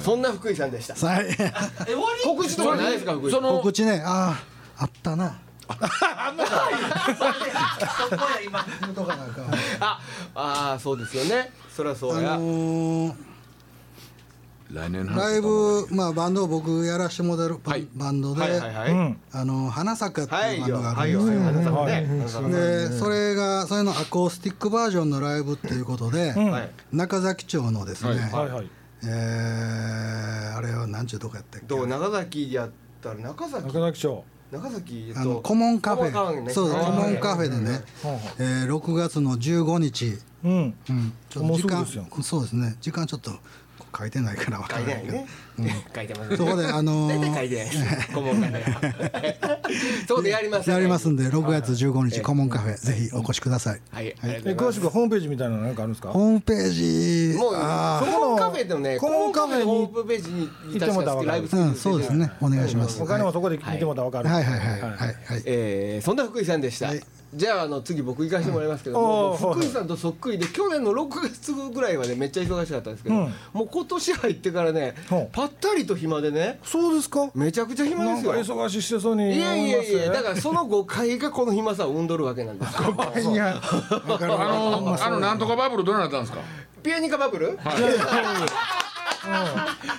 Speaker 1: そんな福井さんでした
Speaker 5: いさい
Speaker 7: え終わり
Speaker 1: 告知とかないですか福井さん
Speaker 3: その
Speaker 5: 告知ねあああったな
Speaker 7: そこや 今
Speaker 5: とかなんか
Speaker 1: ああーそうですよねそりゃそうや
Speaker 5: あのー
Speaker 3: 来年の話
Speaker 5: ライブ、まあ、バンドを僕やらしてもらえるバ,、
Speaker 3: はい
Speaker 5: バンドで、
Speaker 1: はいはいは
Speaker 2: う
Speaker 1: い
Speaker 2: ん
Speaker 5: あの花坂って
Speaker 1: はいいう
Speaker 5: バン
Speaker 1: よ
Speaker 5: ドが
Speaker 1: は
Speaker 5: あ
Speaker 1: い
Speaker 5: る
Speaker 1: よ
Speaker 5: ん
Speaker 1: はい
Speaker 5: で
Speaker 1: よ花
Speaker 2: うん
Speaker 1: さん
Speaker 2: はい
Speaker 1: ね花
Speaker 5: す
Speaker 1: さ
Speaker 5: よ、
Speaker 1: んね
Speaker 5: でそれがそれのアコースティックバージョンのライブっていうことで、
Speaker 1: はい
Speaker 5: 中崎町のですね、
Speaker 3: はい
Speaker 2: はいはい
Speaker 5: えーあれは何ちゅうとこやったっけ
Speaker 1: どう長崎やったら中崎
Speaker 2: 中崎町
Speaker 1: 長崎えっ
Speaker 5: あ
Speaker 1: と
Speaker 5: のコモンカ
Speaker 1: コ
Speaker 5: フ
Speaker 1: モン
Speaker 5: ェ、
Speaker 1: ね
Speaker 5: そうそう
Speaker 1: はい
Speaker 5: コモンカフェでね、えー6月の15日、
Speaker 2: うん
Speaker 5: うん、ちょっ
Speaker 2: も
Speaker 5: と
Speaker 2: うす
Speaker 5: 時
Speaker 2: ぐ
Speaker 5: 間
Speaker 2: ですやん
Speaker 5: そうですね時間ちょっと書いてないから分か
Speaker 1: 書い
Speaker 5: ら
Speaker 1: て
Speaker 5: な
Speaker 1: ないい
Speaker 5: け ど
Speaker 1: ね。書いてますね。
Speaker 5: そこであのー
Speaker 1: 大体書いてないです。顧問会で。そこでやります。
Speaker 5: やりますん。で6月15日コモンカフェぜひお越しください
Speaker 1: はい。ありがと
Speaker 2: え
Speaker 1: うご
Speaker 2: 詳
Speaker 1: ざ
Speaker 2: し
Speaker 1: い
Speaker 2: くはホームページみたいなのなんかあるんですか
Speaker 5: ホームページ
Speaker 1: ます。もう
Speaker 5: あー
Speaker 1: 顧問カフェでもね、顧
Speaker 2: 顧
Speaker 1: 問
Speaker 2: 問
Speaker 1: カ
Speaker 2: カ
Speaker 1: フ
Speaker 2: フ
Speaker 1: ェ
Speaker 2: ェ
Speaker 1: のホ
Speaker 2: に
Speaker 1: ームページにいたしますけどライブストリー
Speaker 5: う
Speaker 1: ム
Speaker 5: んそうですねお願いします
Speaker 2: お
Speaker 5: はい
Speaker 2: 金もそこで見てもらったら分かる、
Speaker 5: はいはいはいはいはい
Speaker 1: えーそんな福井さんでした、
Speaker 5: はい
Speaker 1: じゃああの次僕行かせてもらいますけど、
Speaker 2: うん
Speaker 1: もう
Speaker 2: おーはい
Speaker 1: 福井さんとそっくりで去年の6月ぐらいはねめっちゃ忙しかったんですけど、
Speaker 2: うん
Speaker 1: もう今年入ってからね
Speaker 2: ほう
Speaker 1: ぱったりと暇でね
Speaker 2: そうですか
Speaker 1: めちゃくちゃ暇で
Speaker 2: なん
Speaker 1: す
Speaker 2: か
Speaker 1: よ。
Speaker 2: 忙しいしてそうに思
Speaker 1: い
Speaker 2: いま
Speaker 1: や
Speaker 2: す
Speaker 1: いやいやだ
Speaker 2: ら
Speaker 1: からその誤解がこの暇さを生んどるわけなんですよ
Speaker 5: いやわかる
Speaker 3: あのあのなんとかバブルどうなったんですか
Speaker 1: ピアニカバブル、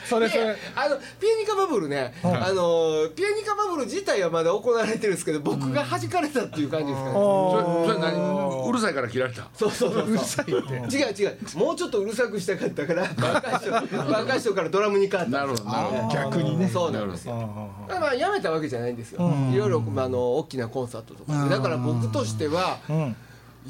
Speaker 2: それそれ
Speaker 1: あのピアニカバブルね、あのピアニカバブル自体はまだ行われてるんですけど僕が弾かれたっていう感じですかね、
Speaker 3: それ
Speaker 2: お
Speaker 3: それ何うるさいから切られた
Speaker 1: そうそうそううるさいって違う違うもうちょっとうるさくしたかったから若い人 若い人からドラムに変わった
Speaker 3: なるほどなるほど
Speaker 1: 逆にねそうなんですよ
Speaker 2: ー
Speaker 1: まあまあやめたわけじゃないんですよいろいろまああの大きなコンサートとかでだから僕としては
Speaker 2: ん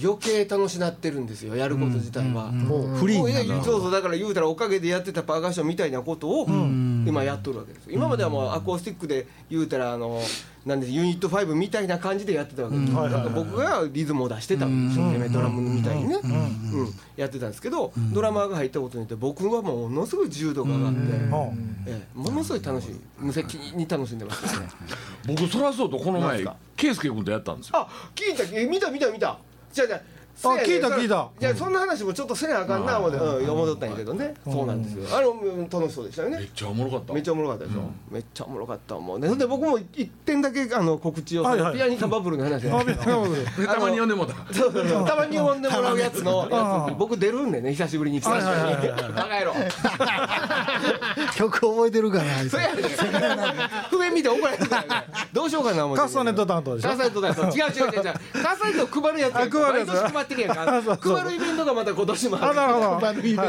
Speaker 1: 余計楽しなってるんですよやること自体はもう
Speaker 5: フリー
Speaker 1: もう
Speaker 5: になる
Speaker 1: いやそうそうだから言うたらおかげでやってたパーカッションみたいなことを今やっとるわけですよ今まではもうアコースティックで言うたらあのなんでユニット5みたいな感じでやってたわけですよだから僕がリズムを出してたんですよねドラムみたいにねうんやってたんですけどドラマーが入ったことによって僕はもうものすごい重度が上がって
Speaker 2: うん
Speaker 1: ええものすごい楽しい無責任に楽しんでますね
Speaker 3: 僕そらそうとこの前圭介君とやったんですよ
Speaker 1: あ聞いたえ見た見た見たじゃじゃあ
Speaker 2: 聞いた聞いた
Speaker 1: じゃそんな話もちょっとせなあかんな思って、うん、戻ったんやけどね、そうなんですよあれうん楽しそうでしたよ
Speaker 3: めっ
Speaker 1: ね
Speaker 3: ちゃおもろかった
Speaker 1: めっちゃおもろかったでしょ、めっちゃおもろかったもうねほんで僕も一点だけあの告知を、
Speaker 2: はいはい
Speaker 1: ピアニカバブルの話で
Speaker 2: あびっくり
Speaker 3: でたまに呼んでもうた
Speaker 1: そうそうそうたまに呼んでもらうやつのやつ僕出るんでね久しぶりに久しぶりにバカ野郎
Speaker 5: 曲覚えてるかなあいつ
Speaker 1: それやねん譜面見て怒られてたよねどうしようかな思って
Speaker 2: カスタネット担当でしょ
Speaker 1: カスタネット担当違う違う違う違うカスタネット配るやつやんか
Speaker 2: あ配るやつ
Speaker 1: 毎年配ってるやんか配るイベントがまた今年も
Speaker 2: あなるほど
Speaker 6: 配るイベント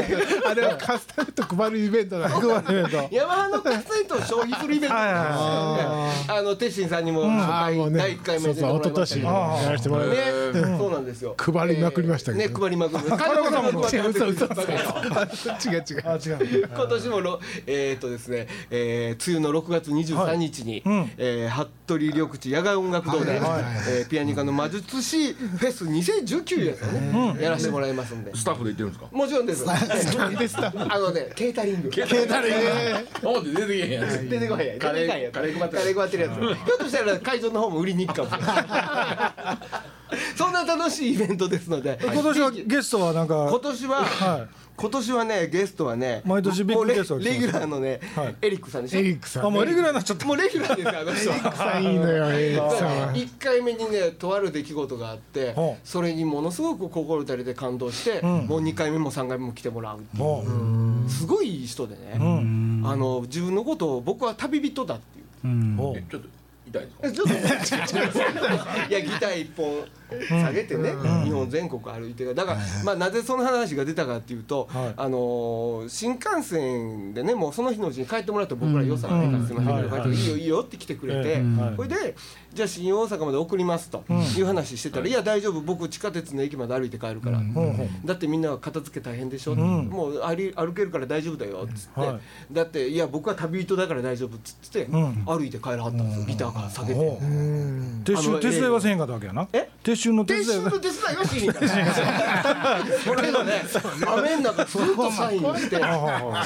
Speaker 6: あれはカスタムと配るイベントなんだ
Speaker 2: 配るイベント
Speaker 1: ヤマハのカスタネットを消費するイベントあの鉄心さんにも初
Speaker 6: あ
Speaker 1: 回
Speaker 6: ーもう
Speaker 1: 第一
Speaker 6: ね
Speaker 1: 回目
Speaker 6: そう
Speaker 1: 出ても
Speaker 6: そ
Speaker 1: らい
Speaker 6: う一
Speaker 1: ましたけど
Speaker 6: 昨年やらせてもらいま
Speaker 1: ね
Speaker 6: し
Speaker 1: そうなんですよ
Speaker 6: 配りまくりましたけど
Speaker 1: ね配りまくり金子さんも配りまくりましたけど
Speaker 6: た違う違う
Speaker 2: あ違う
Speaker 1: 今年もろえーっとですね、えー、梅雨の6月23日に、えー服部緑地野外音楽堂で、えーピアニカの魔術師フェス2019やつをね、やらせてもらいますんで。
Speaker 3: スタッフで行ってるんですか
Speaker 1: もちろんです。あのね、ケータリング。ケータリン
Speaker 3: 思って出てけへんやつ
Speaker 1: 出てこへんやん。カレー、カレー配ってるやつ。ひょっとしたら会場の方も売りに行くかもしれない。そんな楽しいイベントですので、
Speaker 2: 今年はゲストはなんか
Speaker 1: 今年は、
Speaker 2: は
Speaker 1: 今年はねゲストはね
Speaker 2: 毎年ビッグゲスト
Speaker 1: もう
Speaker 2: が来
Speaker 1: レレ
Speaker 2: てます
Speaker 1: ギュラーのね、
Speaker 2: はい
Speaker 1: エリックさんでしょ
Speaker 6: エリックさ
Speaker 2: あ
Speaker 6: ん
Speaker 2: もうレギュラーになっちゃった
Speaker 1: もうレギュラーですよあの人は
Speaker 6: さんいいのよエリックさんは
Speaker 1: 1回目にねとある出来事があって
Speaker 2: ほう
Speaker 1: それにものすごく心打たれて感動して、もう2回目も3回目も来てもらうっていう
Speaker 2: もう
Speaker 1: すごいいい人でね、あの自分のことを僕は旅人だっていう
Speaker 2: もう
Speaker 3: えちょっと痛いですか
Speaker 1: ちょ っといやギター一本下げてね、日本全国歩いてだから、まあ、なぜその話が出たかっていうと、
Speaker 2: はい
Speaker 1: あのー新幹線でねもうその日のうちに帰ってもらって僕ら予算ないからすいませんけど、
Speaker 2: うん
Speaker 1: 帰っていいよいいよって来てくれて、
Speaker 2: ええうん
Speaker 1: これでじゃあ新大阪まで送りますという話してたら、いや大丈夫僕地下鉄の駅まで歩いて帰るから、
Speaker 2: ほうほう
Speaker 1: だってみんなは片付け大変でしょ、
Speaker 2: ん
Speaker 1: もう歩歩けるから大丈夫だよっつって、
Speaker 2: は
Speaker 1: だっていや僕は旅人だから大丈夫っつって、
Speaker 2: ん
Speaker 1: 歩いて帰らはったんですよギターから下げて。
Speaker 2: ほう撤
Speaker 1: あ
Speaker 2: 収
Speaker 1: の
Speaker 2: 手伝いはせへんかったわけやな
Speaker 1: え
Speaker 2: 撤収の手
Speaker 1: 天
Speaker 2: 伝
Speaker 1: 使
Speaker 2: い
Speaker 1: の
Speaker 2: は
Speaker 1: 手伝いはしに行からけどね雨の中ずっとサインして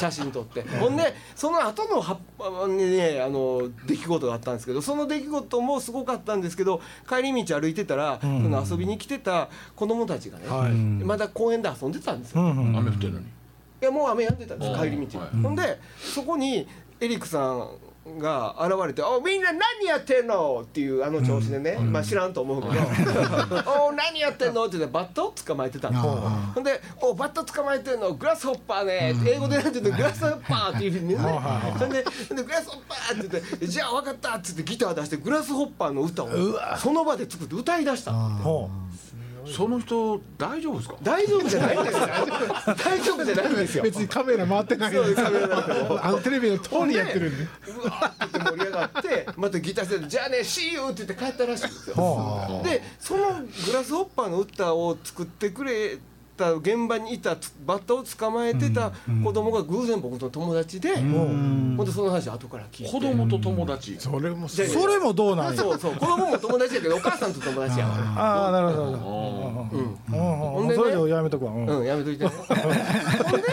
Speaker 1: 写真撮ってほんでその後のはあねあの出来事があったんですけどその出来事もすごかったんですけど帰り道歩いてたら、その遊びに来てた子供たちがね、
Speaker 2: はい
Speaker 1: まだ公園で遊んでたんですよ、い
Speaker 3: 雨降ってるのに
Speaker 1: やもう雨やんでたんです帰り道、
Speaker 3: はい
Speaker 1: ほんでそこにエリックさんが現れて「おみんな何やってんの?」っていうあの調子でね、まあ知らんと思うけど「 お何やってんの?」って言ってバッタを捕まえてたんですよほんで「おバッタ捕まえてんのグラスホッパーね」英語でなんて言うのグラスホッパー」っていうふうにねほんでほんで「グラスホッパー」って言って「じゃあ分かった」って言ってギター出してグラスホッパーの歌をその場で作って歌い出したの
Speaker 2: ほ
Speaker 3: その人大丈夫ですか
Speaker 1: 大丈夫じゃないんですよ大丈夫じゃないんです よ
Speaker 6: 別にカメラ回ってないの
Speaker 1: そう
Speaker 6: に
Speaker 1: カメラなんかも
Speaker 6: あのテレビの通りやってるんで
Speaker 1: うわーって盛り上がってまたギターしてて「じゃあね See you」って言って帰ったらしいんですよでそのグラスホッパーの歌を作ってくれた現場にいたつバッタを捕まえてた子供が偶然僕の友達でほんでその話後から聞いて
Speaker 3: 子供と友達
Speaker 6: それもす
Speaker 1: じゃ
Speaker 2: う
Speaker 1: あ
Speaker 2: それもどうなんや
Speaker 1: そうそう子供も友達やけどお母さんと友達やか
Speaker 2: ああなるほどなるほどうんうんうんそれでやめとくわうん
Speaker 1: らうんやめといてねほんで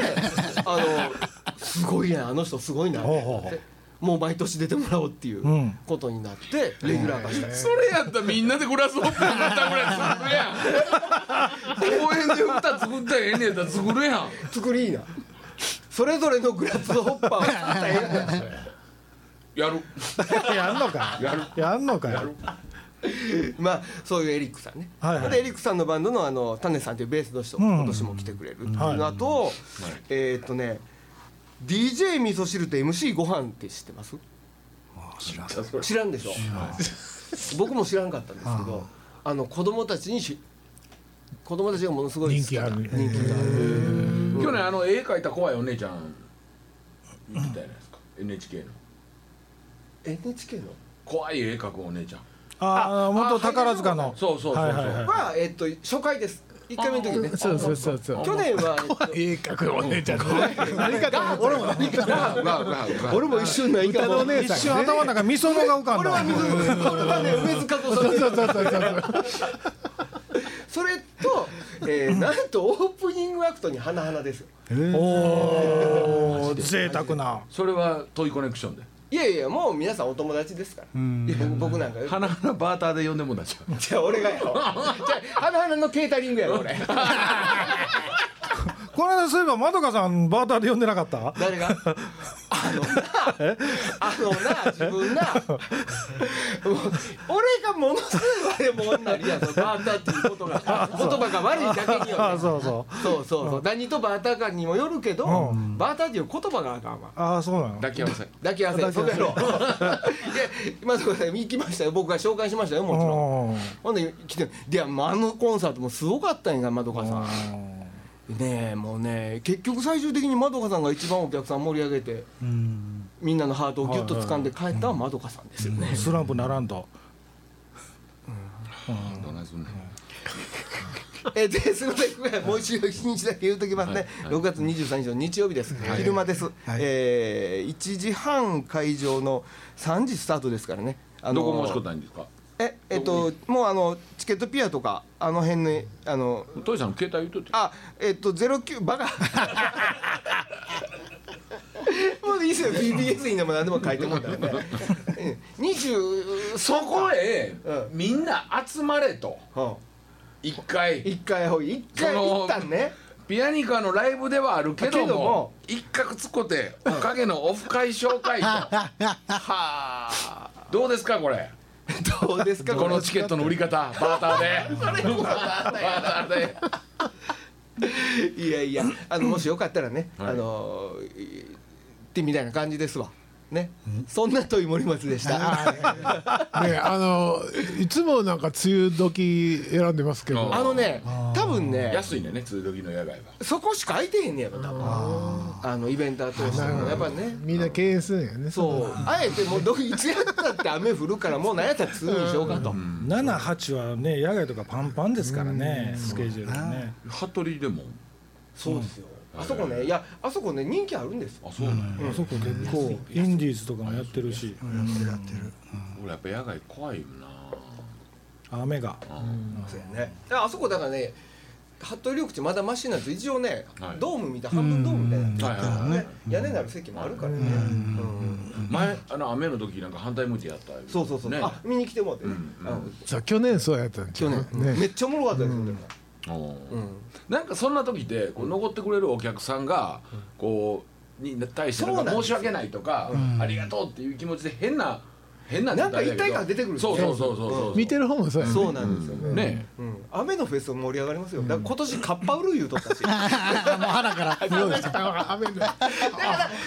Speaker 1: あのすごいなあの人すごいなって
Speaker 2: ほうほうほう
Speaker 1: もう毎年出てもらおうっていうんことになってレギュラー化した
Speaker 3: それやったらみんなでグラスホップになったぐらい作るやん公園で歌作ったらええねやったら作るやん
Speaker 1: 作りいいなそれぞれのグラスホッパーを作ったらええんだ
Speaker 3: や る
Speaker 2: やんのか
Speaker 3: やる
Speaker 2: やんのかよ
Speaker 1: まあそういうエリックさんね、
Speaker 2: はいはい
Speaker 1: でエリックさんのバンドのあのタネさんというベースの人、今年も来てくれるっていうのと、えーっとね DJ 味噌汁と MC ご飯って知ってます知らんでしょ僕も知らんかったんですけどあの子供たちにし子供たちがものすごい好きな
Speaker 6: 人気あ
Speaker 1: 人気がある
Speaker 3: 去年あの絵描いた怖いお姉ちゃん見てたじゃないですか NHK の
Speaker 1: NHK の
Speaker 3: 怖い絵描くお姉ちゃん
Speaker 2: ああ元宝塚の
Speaker 3: そうそうそうそう、
Speaker 2: はいはいはい
Speaker 1: は、えーっと初回です1回目の時ね
Speaker 6: そうそうそうそう
Speaker 1: 去年は、
Speaker 6: 絵描くお姉ちゃん何かと思った
Speaker 1: 俺も何かな俺も一緒に何か
Speaker 6: 歌のお姉
Speaker 2: 一
Speaker 6: さん
Speaker 2: 瞬頭の中味噌のが浮かん
Speaker 1: 俺は
Speaker 2: だ
Speaker 1: 水塚さんね梅塚子さんね
Speaker 6: そうそうそうそう
Speaker 1: それと、えー、なんとオープニングアクトに花々ですよ
Speaker 2: おお贅沢な
Speaker 3: それはトイコネクションで
Speaker 1: いやいやもう皆さんお友達ですから僕僕なんかよ
Speaker 3: 花々バーターで呼んでもらっちゃう
Speaker 1: じゃあ俺がやろじゃあ花々のケータリングやろ俺
Speaker 2: この間そういえばまどかさんバーターで呼んでなかった
Speaker 1: 誰があのなあのな自分なもう俺がものすごい悪いもんなりやそのバーターっていうことが言葉が悪いだけに
Speaker 2: あ
Speaker 1: よ、
Speaker 2: あ
Speaker 1: ね、
Speaker 2: そうそう
Speaker 1: そうそうそう何とバーターかにもよるけど、バーターっていう言葉があかんわ
Speaker 2: ああそうなの
Speaker 3: 抱き合わせ
Speaker 1: 抱き合わせそれやろでまずこれ行きましたよ僕が紹介しましたよもちろん
Speaker 2: うん
Speaker 1: ほんで来てであのコンサートもすごかったんやがまどかさんねえもうね結局最終的にまどかさんが一番お客さん盛り上げてみんなのハートをギュッと掴んで帰ったのはまどかさんですよね
Speaker 2: スランプならんと
Speaker 3: どないすんねん
Speaker 1: えですみません、もう一度日にちだけ言うときますね、6月23日の日曜日です、昼間です、えー、1時半会場の3時スタートですからね、あの
Speaker 3: どこ申し込んだらいいんですか
Speaker 1: ええっともうあのチケットピアとかあの辺のあの
Speaker 3: トイさん携帯言うとって
Speaker 1: あえっと09バカ もういいですよ BBS にでも何でも書いてもらったらねうん20
Speaker 3: そこへみんな集まれと
Speaker 1: は
Speaker 3: 一回
Speaker 1: 一回ほい一回
Speaker 3: その
Speaker 1: 行ったんね
Speaker 3: ピアニカのライブではあるけども
Speaker 1: けども
Speaker 3: 一角つこておかげのオフ会紹介とはあどうですかこれ
Speaker 1: どうですか
Speaker 3: このチケットの売り方バーターでバーターで
Speaker 1: いやいやあのもしよかったらね、
Speaker 3: はい
Speaker 1: あのいってみたいな感じですわねそんな問い森松でした
Speaker 6: ねあのいつもなんか梅雨時選んでますけど
Speaker 1: あのね多分ね
Speaker 3: 安いねんね通時の野外は
Speaker 1: そこしか空いてへんねやろ多分あのイベント通してもやっぱね
Speaker 6: みんな敬遠するんやね
Speaker 1: そうあえてもうどいつやったって雨降るからもう何やったら通にしようかと
Speaker 2: 78はね野外とかパンパンですからねスケジュールがね
Speaker 3: 服部でも
Speaker 1: そうですよあそこねいやあそこね人気あるんですよ
Speaker 3: あそうなんや
Speaker 2: あそこ結構インディーズとかもやってるし
Speaker 3: 俺やっぱ野外怖いよな
Speaker 2: 雨が
Speaker 1: そうやねああそこだからね服部緑地まだマシなんですよ一応ね、
Speaker 3: はい
Speaker 1: ドームみたい半分ドームみたいな、
Speaker 3: はいはいはい
Speaker 1: ね屋根のある席もあるからね、うん
Speaker 3: 前あの雨の時なんか反対向いてやったよ
Speaker 1: そうそうそう、
Speaker 3: ね
Speaker 1: あ見に来てもらって、ね
Speaker 3: んうん
Speaker 1: あの
Speaker 6: そう去年そうやったんちゃ
Speaker 1: 去
Speaker 6: う
Speaker 1: 年、めっちゃおもろかったですよ、でも
Speaker 3: おー
Speaker 1: うん
Speaker 3: なんかそんな時ってこう残ってくれるお客さんがこうに対して
Speaker 1: そ
Speaker 3: な
Speaker 1: うんな
Speaker 3: か
Speaker 1: んです
Speaker 3: 申し訳ないとかありがとうっていう気持ちで変な変なって言ったらあれやけ
Speaker 1: なんか
Speaker 3: ど
Speaker 1: 一体感出てくる
Speaker 3: そうそうそうそうそう
Speaker 6: 見てる方もそうやね
Speaker 1: そうなんですよ、ね
Speaker 3: ね
Speaker 1: うん、雨のフェス盛り上がりますよ、だから今年カッパ売る言うとったしだか
Speaker 5: 腹から
Speaker 6: そうですか雨の
Speaker 1: ら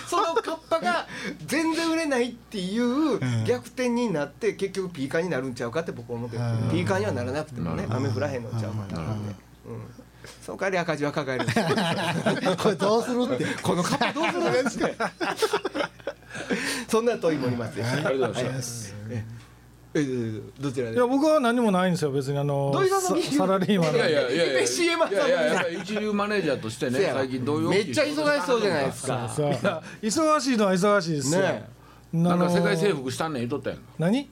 Speaker 1: そのカッパが全然売れないっていう逆転になって結局ピーカーになるんちゃうかって僕は思ってるピーカーにはならなくてもね雨降らへんのちゃうかなって、うん、その代わり赤字は抱えるんですよ
Speaker 5: これどうするって
Speaker 1: このカッパどうするんですかそんな問いもいますよ
Speaker 3: ありがとうございます
Speaker 1: えーどちら
Speaker 2: い
Speaker 1: で
Speaker 2: や僕は何もないんですよ別にあの
Speaker 1: 土井さんの
Speaker 2: さサラリーマン
Speaker 3: いやいやいやいや
Speaker 1: CM
Speaker 3: いやいややっぱり一流マネージャーとしてね
Speaker 1: せや
Speaker 3: 最近どういう
Speaker 1: めっちゃ
Speaker 3: 仕事
Speaker 1: 忙しそうじゃないですか
Speaker 2: いや忙しいのは忙しいですよ
Speaker 1: ね
Speaker 3: なんか世界
Speaker 2: 制
Speaker 3: 征
Speaker 2: 服
Speaker 3: 服したんねん言うとったやんか
Speaker 2: 何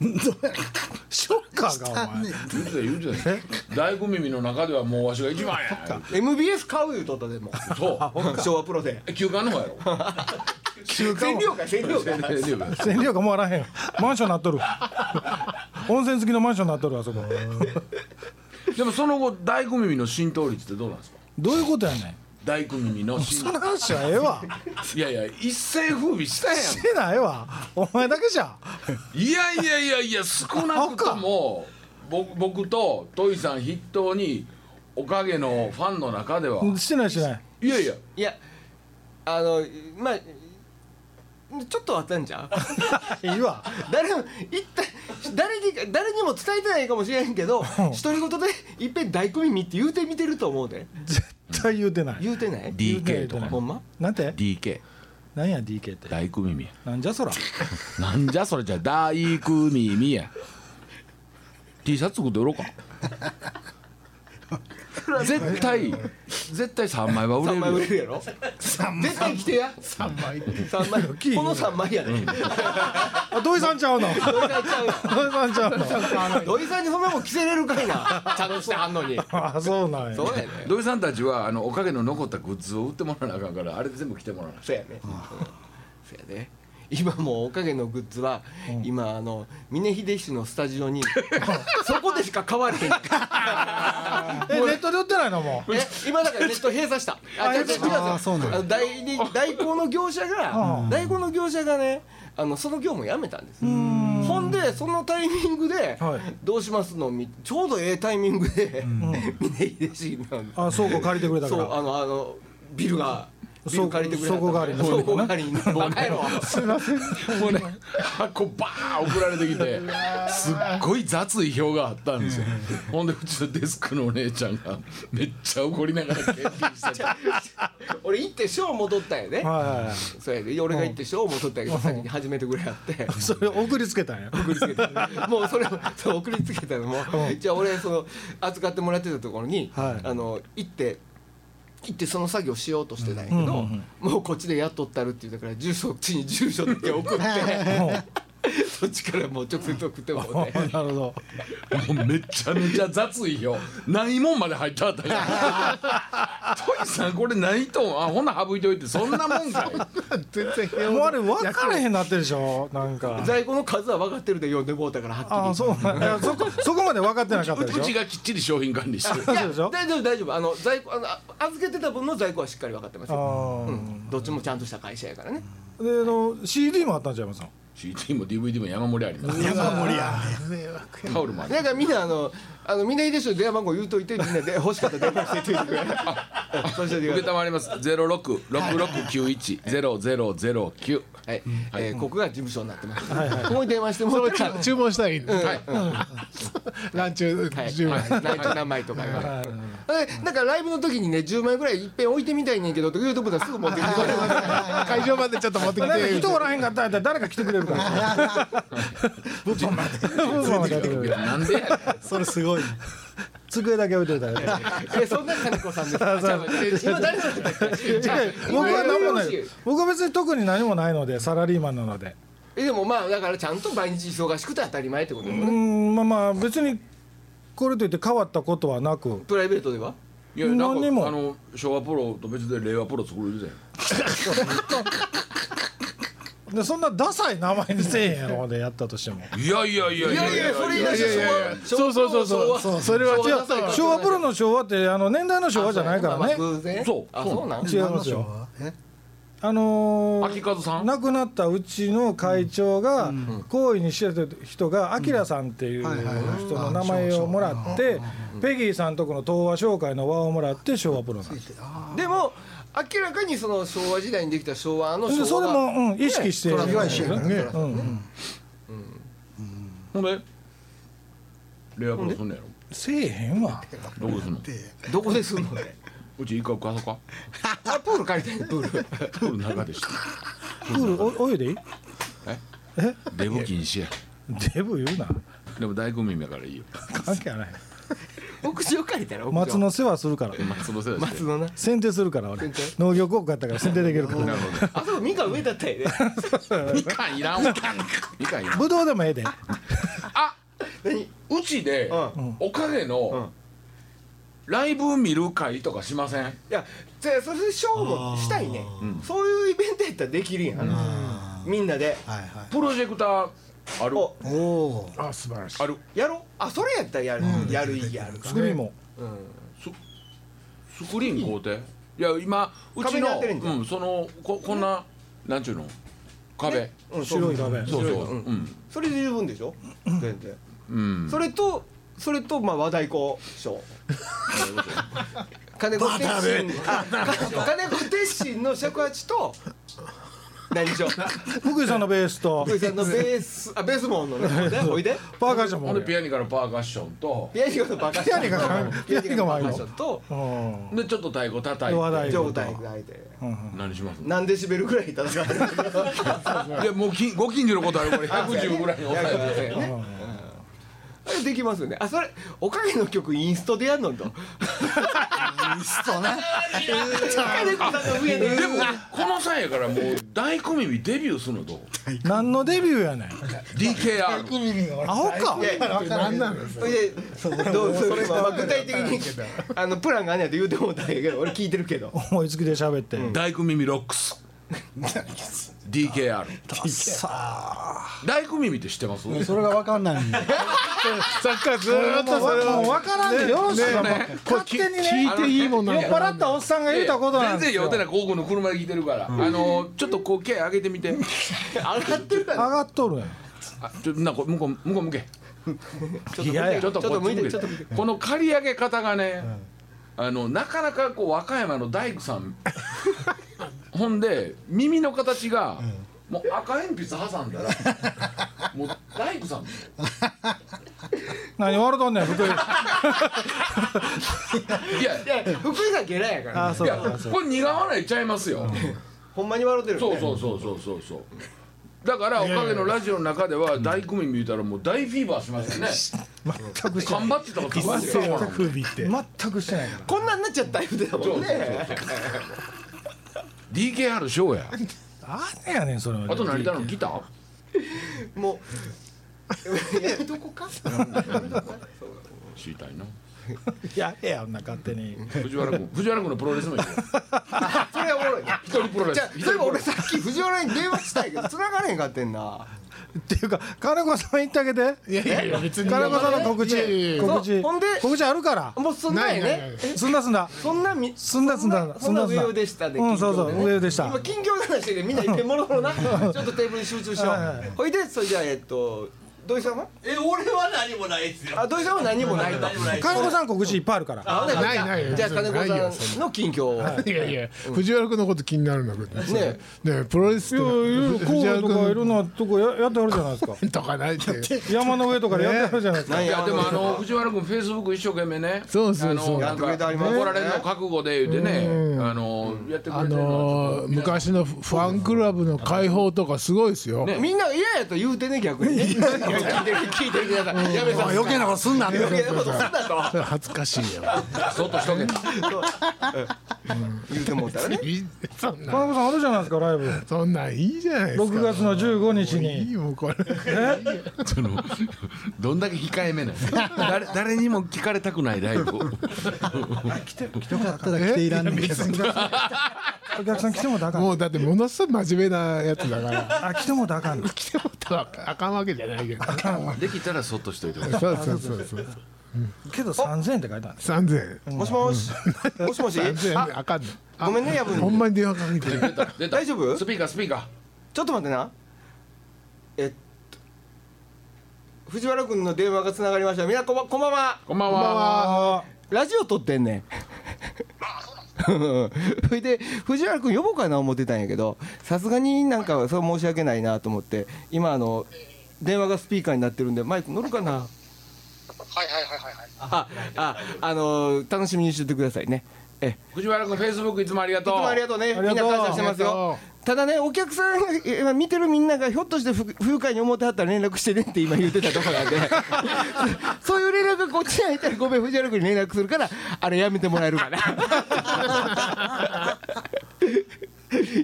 Speaker 2: ショッカーがお前
Speaker 3: 言うてた言うてたよ大工耳の中ではもうわしが一番や
Speaker 1: MBS 買う言うとったで も
Speaker 3: そう
Speaker 1: 昭和プロで
Speaker 3: え休館の方やろ
Speaker 1: 占領会占領会
Speaker 3: 大丈夫や
Speaker 2: 占領がもうあらへんよマンションなっとる 温泉付きのマンションなっとるあそこ
Speaker 3: でもその後大工耳の浸透率ってどうなんですか
Speaker 2: どういうことやねん
Speaker 3: 大工耳の浸
Speaker 2: その話はええわ
Speaker 3: いやいや一世風靡した や
Speaker 2: し
Speaker 3: ん
Speaker 2: てないわお前だけじゃ
Speaker 3: いやいやいやいや少なくとも僕僕とトイさん筆頭におかげのファンの中では
Speaker 2: してないしてない
Speaker 3: いやいや
Speaker 1: いやあのまあちょっとあったんじゃう
Speaker 2: いいわ
Speaker 1: 誰も一体誰に誰にも伝えてないかもしれへんけど独り言でいっぺん大組見って言うてみてると思うで
Speaker 2: 絶対言うてない
Speaker 1: 言うてない
Speaker 2: 言うてない
Speaker 3: DK とか
Speaker 1: ほんま
Speaker 2: なんて
Speaker 3: DK
Speaker 2: なんや DK って
Speaker 3: 大工耳や
Speaker 2: なんじゃそら
Speaker 3: なんじゃそれじゃ大工耳や T シャツ作って売ろうか絶対絶対3枚は売れ
Speaker 1: 3
Speaker 3: る
Speaker 1: 枚
Speaker 3: よ
Speaker 1: 売れるやろ絶対来てや3枚三枚この3枚やね
Speaker 2: あ土井さんちゃうの 土
Speaker 1: これがちゃうよ
Speaker 2: 井さんちゃうの
Speaker 1: 土井さんにそんなもん着せれるかいなちゃんとしてはんのに
Speaker 2: あそうなんや
Speaker 1: そうやね
Speaker 3: 土井さんたちはあのおかげの残ったグッズを売ってもらわなあかんからあれ全部着てもらわな
Speaker 1: そうやねそうやね今もうおかげのグッズは、今あの峰秀氏のスタジオ にそこでしか買われ へん
Speaker 2: えネットで売ってないのもう
Speaker 1: え今だからネット閉鎖したあ違う違う違う
Speaker 5: あそうなんや
Speaker 1: あの代理代行の業者が代行の業者がねあのその業務を辞めたんですよほんでそのタイミングで
Speaker 2: はい
Speaker 1: 「どうしますの?み」ちょうどええタイミングで峰秀氏の
Speaker 2: あ倉庫借りてくれた
Speaker 1: そ
Speaker 2: か
Speaker 1: う
Speaker 2: ら
Speaker 1: あのあのビルがビ
Speaker 2: 倉庫
Speaker 1: ル借りてくれ
Speaker 2: 倉庫代わりの
Speaker 1: 倉庫代わりにバカ野郎
Speaker 3: もうね箱バーン送られてきてすっごい雑い表があったんですよほんでうちのデスクのお姉ちゃんがめっちゃ怒りながら研究してた
Speaker 1: 俺行って賞も取ったんやね
Speaker 2: はいはいはい
Speaker 1: そうやで俺が行って賞も取ったんやけど先に始めてくれやって
Speaker 2: それ送りつけたんや
Speaker 1: 送りつけた もうそれをそう送りつけたのもじゃあ俺その扱ってもらってたところに
Speaker 2: はい
Speaker 1: あの行って行ってその作業しようとしてたんやけどもうこっちでやっとったるって言うたから住所地に住所だけ送って そっちからもう直接送ってもら って。
Speaker 2: なるほど
Speaker 3: もうめちゃめちゃ雑いよないもんまで入ってあったよ トイさんこれないとあほな省いといてそんなもんかい
Speaker 6: 全然平
Speaker 2: もうあ
Speaker 6: 和
Speaker 2: れ分からへんなってるでしょなんか
Speaker 1: 在庫の数は分かってるで読んでもうたからはっきり。
Speaker 2: ああそうなんやそこそこまで分かってなかったでし
Speaker 3: う
Speaker 2: ょ
Speaker 3: ちがきっちり商品管理してる
Speaker 2: そうでしょ
Speaker 1: 大丈夫大丈夫あの在庫あのあ預けてた分の在庫はしっかり分かってます
Speaker 2: あ
Speaker 1: よ、
Speaker 2: ー
Speaker 1: うん、どっちもちゃんとした会社やからね
Speaker 2: であの CD もあったんちゃいますの
Speaker 3: CD も DVD も山盛りあります タオルもあり
Speaker 1: だからみんなあのあのみんないいですよ電話番号言うといてみんなで 欲しかったら電話していてくれそうして
Speaker 3: 受
Speaker 1: くだ
Speaker 3: け
Speaker 1: さ
Speaker 3: たまります0666910009
Speaker 1: い、はいえーここが事務所になってます、ここに電話してもらったら
Speaker 6: 注文したらいいの
Speaker 3: はい
Speaker 6: ランチュ
Speaker 1: はい、
Speaker 6: 注文
Speaker 1: はいライト何枚とかが、はい、なんかライブの時にね10枚ぐらいいっぺん置いてみたいねんけどと言うと思ったらすぐ持ってきてくれる
Speaker 6: 会場までちょっと持ってき
Speaker 2: なんか
Speaker 6: て
Speaker 2: 人おらへんかったら誰か来てくれるから ブッパンまで
Speaker 3: いやなんでやねん
Speaker 5: それすごいね
Speaker 2: 机だけ置いといたらね
Speaker 1: えそんな金子さんですかじゃあ今誰だったっけじゃあ
Speaker 2: 僕は何もない
Speaker 1: メール用紙
Speaker 2: 僕は別に特に何もないのでサラリーマンなので
Speaker 1: えでもまあだからちゃんと毎日忙しくて当たり前ってことよ
Speaker 2: う
Speaker 1: ね、
Speaker 2: んまあまあ別にこれといって変わったことはなく
Speaker 1: プライベートではい
Speaker 3: やなん
Speaker 2: 何も
Speaker 3: かあの昭和プロと別で令和プロ作るで
Speaker 2: でそんなダサい名前にせえへんやろでやったとしても
Speaker 3: いやいやいやいや
Speaker 1: そうそうそうそうそれは違う
Speaker 2: 昭和プロの昭和ってあの年代の昭和じゃないからね
Speaker 1: 偶然
Speaker 3: そう
Speaker 1: あそうなん
Speaker 2: 違いますよあのー
Speaker 3: 秋和さん
Speaker 2: 亡くなったうちの会長が好意にしてた人がアキラさんっていう人の名前をもらってペギーさんとこの東和商会の和をもらって昭和プロなんです
Speaker 1: でも明らかにその昭和時代にできた昭和の昭
Speaker 2: で
Speaker 1: 和
Speaker 2: それも、うん、意識して
Speaker 1: ね
Speaker 2: るんです
Speaker 1: そ
Speaker 2: よ
Speaker 1: らそう
Speaker 2: ね
Speaker 1: だ
Speaker 2: うんうん
Speaker 3: ほんで令和プロすんのやろ
Speaker 2: せえへんわ
Speaker 3: どこですんの
Speaker 1: どこですんの
Speaker 3: うち一回貸そうか
Speaker 1: あプール借りたいプール
Speaker 3: プールの中でした
Speaker 2: プールお泳いでいい
Speaker 3: デブ禁止や
Speaker 2: デブ言うな
Speaker 3: でも大工耳やからいいよ
Speaker 2: 関係ない
Speaker 1: 屋上借りたら屋上
Speaker 2: 松の世話するから
Speaker 3: 松のせいだし
Speaker 1: 松のな
Speaker 2: 剪定するから俺農業高校やったから剪定できるから
Speaker 1: あそこみかん植えたった んやね
Speaker 3: みかんいらんわみかんいらん
Speaker 2: ぶどうでもええで
Speaker 3: あうちで
Speaker 1: うん
Speaker 3: おかげのライブ見る会とかしません
Speaker 1: いやじゃあそれでショーもしたいねそういうイベントやったらできるやんみんなで
Speaker 5: はいは
Speaker 3: プロジェクターある
Speaker 1: お
Speaker 5: いおお
Speaker 6: あ素晴らしい
Speaker 3: ある
Speaker 1: やろうあそれやったらやるやる意義あるか
Speaker 2: 作りも
Speaker 3: スクリーン買うていや今うち
Speaker 1: 壁に当
Speaker 3: の
Speaker 1: てるんじゃん
Speaker 3: うんそのここんななんちゅうの壁
Speaker 1: うん
Speaker 2: 白い壁
Speaker 3: そうそう
Speaker 1: 白いの
Speaker 3: う
Speaker 1: うん
Speaker 3: ん
Speaker 1: それで十分でしょ全然
Speaker 3: うん
Speaker 1: それとそれとまあ和太鼓 賞金子鉄心あ金子鉄心の尺八と何でしょう
Speaker 2: 福井さんのベースと
Speaker 1: 福井さんのベースあベースモンのねおいでおいで
Speaker 2: パーカッションも
Speaker 3: ほん
Speaker 2: 俺
Speaker 3: でピアニカのパーカッションと
Speaker 1: ピアニカのバカ
Speaker 2: ピアニカが
Speaker 1: ピアニカのバカションと
Speaker 2: うん
Speaker 3: でちょっと太鼓叩
Speaker 2: 話
Speaker 3: い
Speaker 2: 題
Speaker 3: て
Speaker 1: 状態がえて
Speaker 3: 何します
Speaker 1: 何デシベルぐらい叩かれる
Speaker 3: いやもうきご近所のことあるこれ110ぐらいに抑えて
Speaker 1: ねあれできますよねあそれおかげの曲インストでやんのんと
Speaker 5: そうね
Speaker 1: 金子さんの上で
Speaker 3: でもこの際やからもう大小耳デビューするのどう
Speaker 2: 何のデビューやねん
Speaker 3: DKR
Speaker 2: アホか
Speaker 6: 何なんです
Speaker 1: それでどうそれまあ具体的にあのプランがあんねやと言うてもうたんやけど俺聞いてるけど
Speaker 2: 思いつきで喋って
Speaker 3: 大工耳ロックス DKR 大工耳って知ってます
Speaker 5: それが分かんないんだよ
Speaker 6: さっきからずーっとそれ
Speaker 2: もう
Speaker 6: を
Speaker 2: 分からんでよろしいかもう勝手にね
Speaker 6: 聞いていいもんな
Speaker 2: 酔
Speaker 6: の
Speaker 2: っ
Speaker 6: か
Speaker 2: 払ったおっさんが言ったことなん
Speaker 3: 全
Speaker 2: です
Speaker 3: 然酔
Speaker 2: よ
Speaker 3: うてない高校の車で聞いてるから、あのちょっとこう毛上げ てみて
Speaker 1: 上がってるか
Speaker 2: 上がっとるやん
Speaker 3: あちょっとなんか向こう向こう向け
Speaker 1: ちょっと
Speaker 2: いやいや
Speaker 1: ちょっと
Speaker 3: こっち
Speaker 1: 向いてちょっと向いて
Speaker 3: この刈り上げ方がね、あのなかなかこう和歌山の大工 さんほんで耳の形が、もう赤鉛筆挟んだら もう大工さん
Speaker 2: 何笑うとんねん福井
Speaker 3: いや
Speaker 1: いや福井さんゲラやから
Speaker 2: あ
Speaker 1: ね
Speaker 2: そ
Speaker 3: いうや
Speaker 2: かそうか
Speaker 3: これ苦笑いちゃいますよ、
Speaker 1: ほんまに笑ってるよ
Speaker 3: そう
Speaker 1: ね
Speaker 3: そうそうそうそうそうだからおかげのラジオの中では大工耳見たらもう大フィーバーしましたね全く缶バッジとか
Speaker 6: 一
Speaker 3: ま
Speaker 6: 斉の首って
Speaker 2: 全くしてないから
Speaker 1: こんなんなっちゃったよだもんね
Speaker 3: DKR ショーや
Speaker 2: あんねやねんそれは
Speaker 3: あと何たのギター
Speaker 1: もうやめとこうか
Speaker 3: 知りたいな
Speaker 2: やれや、あんな勝手に。
Speaker 3: 藤原君藤原君のプロレスもいいよ
Speaker 1: それはおもろいな
Speaker 3: 一人プロレ
Speaker 1: じ
Speaker 3: ス
Speaker 1: ゃあ
Speaker 3: 一
Speaker 1: そうい
Speaker 3: 人
Speaker 1: えば
Speaker 3: プロレ
Speaker 1: 俺
Speaker 3: ス
Speaker 1: さっき藤原に電話したいけど繋がれへんかってんな
Speaker 2: っていうか、金子さん言ってあげて。
Speaker 6: いやいやいや別に
Speaker 2: 金子さんの告知
Speaker 6: いやいやい。や
Speaker 2: 告
Speaker 1: そ
Speaker 2: 知
Speaker 1: う。ほんで
Speaker 2: 告知あるから。
Speaker 1: もうそんなんや
Speaker 6: ないない
Speaker 1: ねえ
Speaker 2: すんだすんだ。
Speaker 1: そんなみ
Speaker 2: すんだすんだ。
Speaker 1: そんな上でしたで
Speaker 2: うん、そうそう、
Speaker 1: 近況ね
Speaker 2: 上でした。
Speaker 1: 今近況の話でみんないっぺんもろも ろなちょっとテーブルに集中しよ
Speaker 2: はいはいう
Speaker 1: ほいでそれじゃあえっと土井さんは
Speaker 7: え俺は何もないですよ
Speaker 1: あ土井さんは何もないと
Speaker 7: 何もない
Speaker 2: 金子さん告知いっぱいあるから。
Speaker 1: あほんなら
Speaker 6: ない
Speaker 1: じゃあ
Speaker 6: ない
Speaker 1: じゃあ金
Speaker 6: ないよ
Speaker 1: 子さんの近況を
Speaker 6: いやいや藤原君のこと気になるんだけど
Speaker 1: ね
Speaker 6: ねプロレスって
Speaker 2: 候
Speaker 6: 藤原
Speaker 2: 補とかいろ
Speaker 6: 君
Speaker 2: んなとこややってあるじゃないですか
Speaker 6: とかないって
Speaker 2: 山の上とかでやってあるじゃないですか、
Speaker 1: 何
Speaker 3: いやでもあの
Speaker 1: あ
Speaker 3: 藤原君フェイスブック一生懸命ね
Speaker 6: そうそうそう
Speaker 3: あの
Speaker 1: やってくれてあ
Speaker 3: な
Speaker 1: り
Speaker 3: ん
Speaker 1: ま
Speaker 3: か
Speaker 1: すね
Speaker 3: 怒られるの覚悟で言うてねあのやってく
Speaker 6: あ
Speaker 3: れてるのは
Speaker 6: のー昔のファンクラブの解放とかすごいですよ
Speaker 1: みんな嫌やと言うてね逆にね聞いてる聞いてる皆さんやめさ
Speaker 5: 余計なことすんなって
Speaker 1: 余計なことすんなと
Speaker 6: それ恥ずかしいよ
Speaker 3: そっとしとけ
Speaker 1: 言うてもうたらね
Speaker 6: いいそんな
Speaker 2: 金子さんあるじゃないですかライブ
Speaker 6: そんなんいいじゃないですか
Speaker 2: 6月の15日に
Speaker 6: いいもうこれ
Speaker 3: そのどんだけ控えめなの誰誰にも聞かれたくないライブを
Speaker 5: だったら来ていらんねんけど
Speaker 2: お客さん来てもだかん
Speaker 6: もうだってものすごい真面目なやつだから
Speaker 2: あ来てもだかんの
Speaker 6: 来てもらったらあかんわけじゃないけど
Speaker 3: できたらそっとしといてほしい
Speaker 6: そうそうそうそう
Speaker 2: けど3000円って書いてあるんです
Speaker 6: 三千
Speaker 1: もしもしもしもし
Speaker 6: 三千
Speaker 1: あ
Speaker 6: あかんのあ
Speaker 1: ごめんね夜分に
Speaker 6: ほんまに電話かけて
Speaker 3: 出た出た
Speaker 1: 大丈夫
Speaker 3: スピーカースピーカ
Speaker 1: ちょっと待ってなえっと藤原君の電話がつながりましたみんなこんばんこんばんは
Speaker 3: ーこんばんは
Speaker 1: ラジオ撮ってんねん うんそれで藤原君呼ぼうかな思ってたんやけどさすがになんかそれ申し訳ないなと思って今あの電話がスピーカーになってるんでマイク乗るかなはいはいはいはいあああの楽しみにしててくださいねえ
Speaker 3: 藤原君フェイスブックいつもありが
Speaker 1: い
Speaker 3: と
Speaker 1: つ
Speaker 3: う
Speaker 1: もありがとうねみんな感謝してますよただねお客さんえまあ見てるみんながひょっとして不不愉快に思ってはったら連絡してねって今言ってたとこなん でそそういう連絡がこっちに入ったらごめん藤原君に連絡するからあれやめてもらえる かな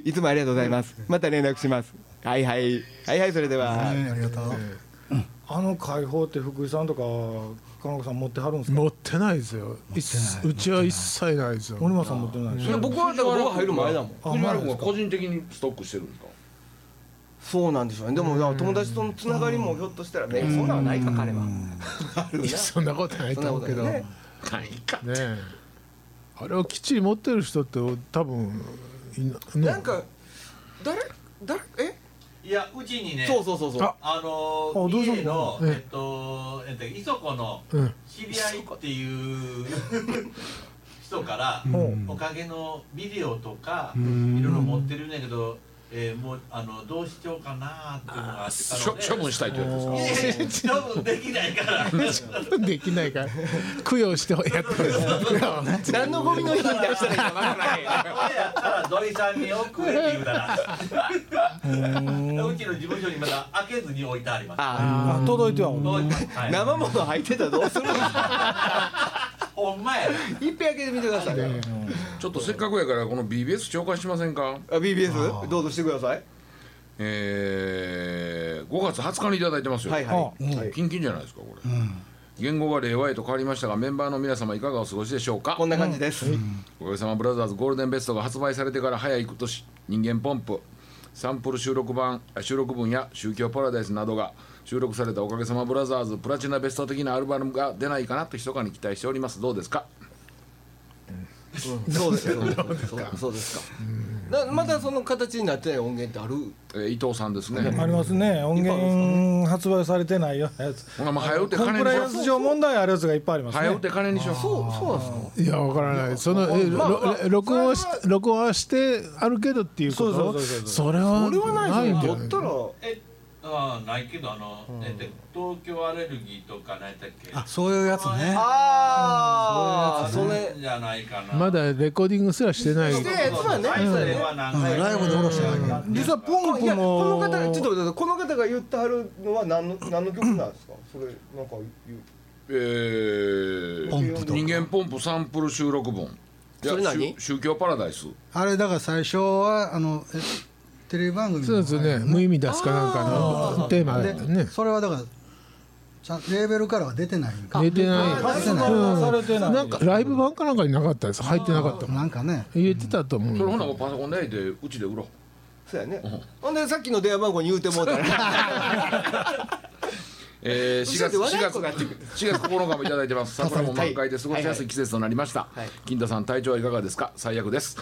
Speaker 1: いつもありがとうございますまた連絡しますはいはいはいはいそれでは、
Speaker 5: ねありがとう
Speaker 2: あの解放って福井さんとか金子さん持ってはるんですか
Speaker 6: 持ってないですよいっうちは一切ないですよ
Speaker 2: 森本さん持ってないでし
Speaker 3: それ
Speaker 2: ょ
Speaker 3: 僕はだから僕入る前だもん
Speaker 2: あ
Speaker 3: 藤原君は個人的にストックしてるんですか
Speaker 1: そうなんでしょうねでも友達とのつながりもひょっとしたらねそんなのないか彼はあるない
Speaker 6: やそんなことない
Speaker 1: そ
Speaker 6: と
Speaker 1: んな
Speaker 6: 思
Speaker 1: こ
Speaker 6: う
Speaker 1: と
Speaker 6: けど
Speaker 1: ない
Speaker 6: ね
Speaker 1: ね
Speaker 3: ないか
Speaker 6: えあれをきっちり持ってる人って多分いな
Speaker 1: なんか誰誰え
Speaker 7: いやうちにね
Speaker 1: そうそうそうそう
Speaker 2: あ
Speaker 7: あの
Speaker 2: どうぞ
Speaker 7: 家の
Speaker 6: ええ
Speaker 7: えっとえっといそこの
Speaker 6: うん
Speaker 7: 知り合いっていう人から
Speaker 2: ん
Speaker 7: おかげのビデオとか
Speaker 6: ん
Speaker 7: いろいろ持ってるんだけどえーもうあのどうしようかなっていうのがあってから
Speaker 3: 処処分したいって言うんですか
Speaker 7: いやいや処分できな いから
Speaker 6: できないから供養してやってる
Speaker 1: 何のゴミの日に出したらいいかわからない
Speaker 7: 俺やったら土井さんに送れって言うた らうちの事務所にまだ開けずに置いてあります
Speaker 1: あ
Speaker 2: あ届いてはおる
Speaker 7: 置いてますは
Speaker 1: あ
Speaker 7: い
Speaker 1: 生物入ってたらどうする
Speaker 7: ほんまや
Speaker 1: 一遍開けてみてください
Speaker 3: ちょっとせっかくやからこの BBS 紹介しませんか
Speaker 1: あ BBS どうぞしてください
Speaker 3: えー、5月20日にいただいてますよ、
Speaker 1: はいは
Speaker 3: キンキンじゃないですかこれ、言語が令和へと変わりましたがメンバーの皆様いかがお過ごしでしょうか
Speaker 1: いこんな感じです
Speaker 3: おかげさまブラザーズゴールデンベストが発売されてから早い今年人間ポンプサンプル収録版あ収録分や宗教パラダイスなどが収録されたおかげさまブラザーズプラチナベスト的なアルバムが出ないかなと密かに期待しておりますどうですか
Speaker 1: そうですよそうそうですかなまだその形になってない音源ってある
Speaker 3: えー伊藤さんですね、
Speaker 2: ありますね音源発売されてないようなやつ
Speaker 3: ほなもう早うて
Speaker 2: コン
Speaker 3: 金
Speaker 2: プライ
Speaker 3: にしよ
Speaker 2: アンス上問題あるやつがいっぱいあり
Speaker 3: う
Speaker 2: ます
Speaker 3: 早う
Speaker 2: ね
Speaker 3: て金にしよう
Speaker 1: そうそうなんですか
Speaker 6: いやわからないそのえ
Speaker 1: まあまあ
Speaker 6: ろ録音はし録音はしてあるけどっていうこ
Speaker 2: そうそうそ
Speaker 6: と
Speaker 2: うそう
Speaker 6: それは
Speaker 1: 俺はないで
Speaker 6: ん
Speaker 1: す
Speaker 6: じ
Speaker 1: よ
Speaker 6: ゃ
Speaker 1: 持っ
Speaker 6: ない
Speaker 1: たら
Speaker 7: えあーないけどあの、えっと東京アレルギーとか何やったっけ
Speaker 5: あそういうやつね
Speaker 1: ああそれ
Speaker 7: じゃないかな
Speaker 6: まだレコーディングすらしてない
Speaker 1: してやつはね
Speaker 7: ライブではなんか
Speaker 5: うんライブでおろしてないけど
Speaker 2: 実はポン
Speaker 1: い
Speaker 2: プ
Speaker 1: やこの
Speaker 2: も
Speaker 1: 方ちょっと待ってこの方が言ってはるのは何の何の曲なんですかそれなんか言う
Speaker 3: えー
Speaker 5: ポンプとか
Speaker 3: 人間ポンプサンプル収録本いや
Speaker 1: それ何
Speaker 3: 宗宗教パラダイス
Speaker 5: あれだから最初はあのえテレビ番組
Speaker 6: そうですよね無意味出すかなんかのテーマだったよね
Speaker 5: でそれはだからちゃんレーベルからは出てないんか
Speaker 6: 出てない
Speaker 5: 出てない
Speaker 2: されてない
Speaker 6: なんかライブ版かなんかになかったです入ってなかったもん
Speaker 5: なんかね
Speaker 6: 言ってたと思う
Speaker 3: それほなもうパソコンで焼いてうちで売ろう
Speaker 1: そうやねほんでさっきの電話番号に言うてもうたら
Speaker 3: えー、4
Speaker 1: 嘘
Speaker 3: 月
Speaker 1: で笑い
Speaker 3: 4
Speaker 1: っ子がやってく
Speaker 3: 月
Speaker 1: る
Speaker 3: 4月9日もいただいてま す桜も満開で過ごしやすい季節となりました、
Speaker 1: いはい
Speaker 3: 金田さん体調はいかがですか最悪です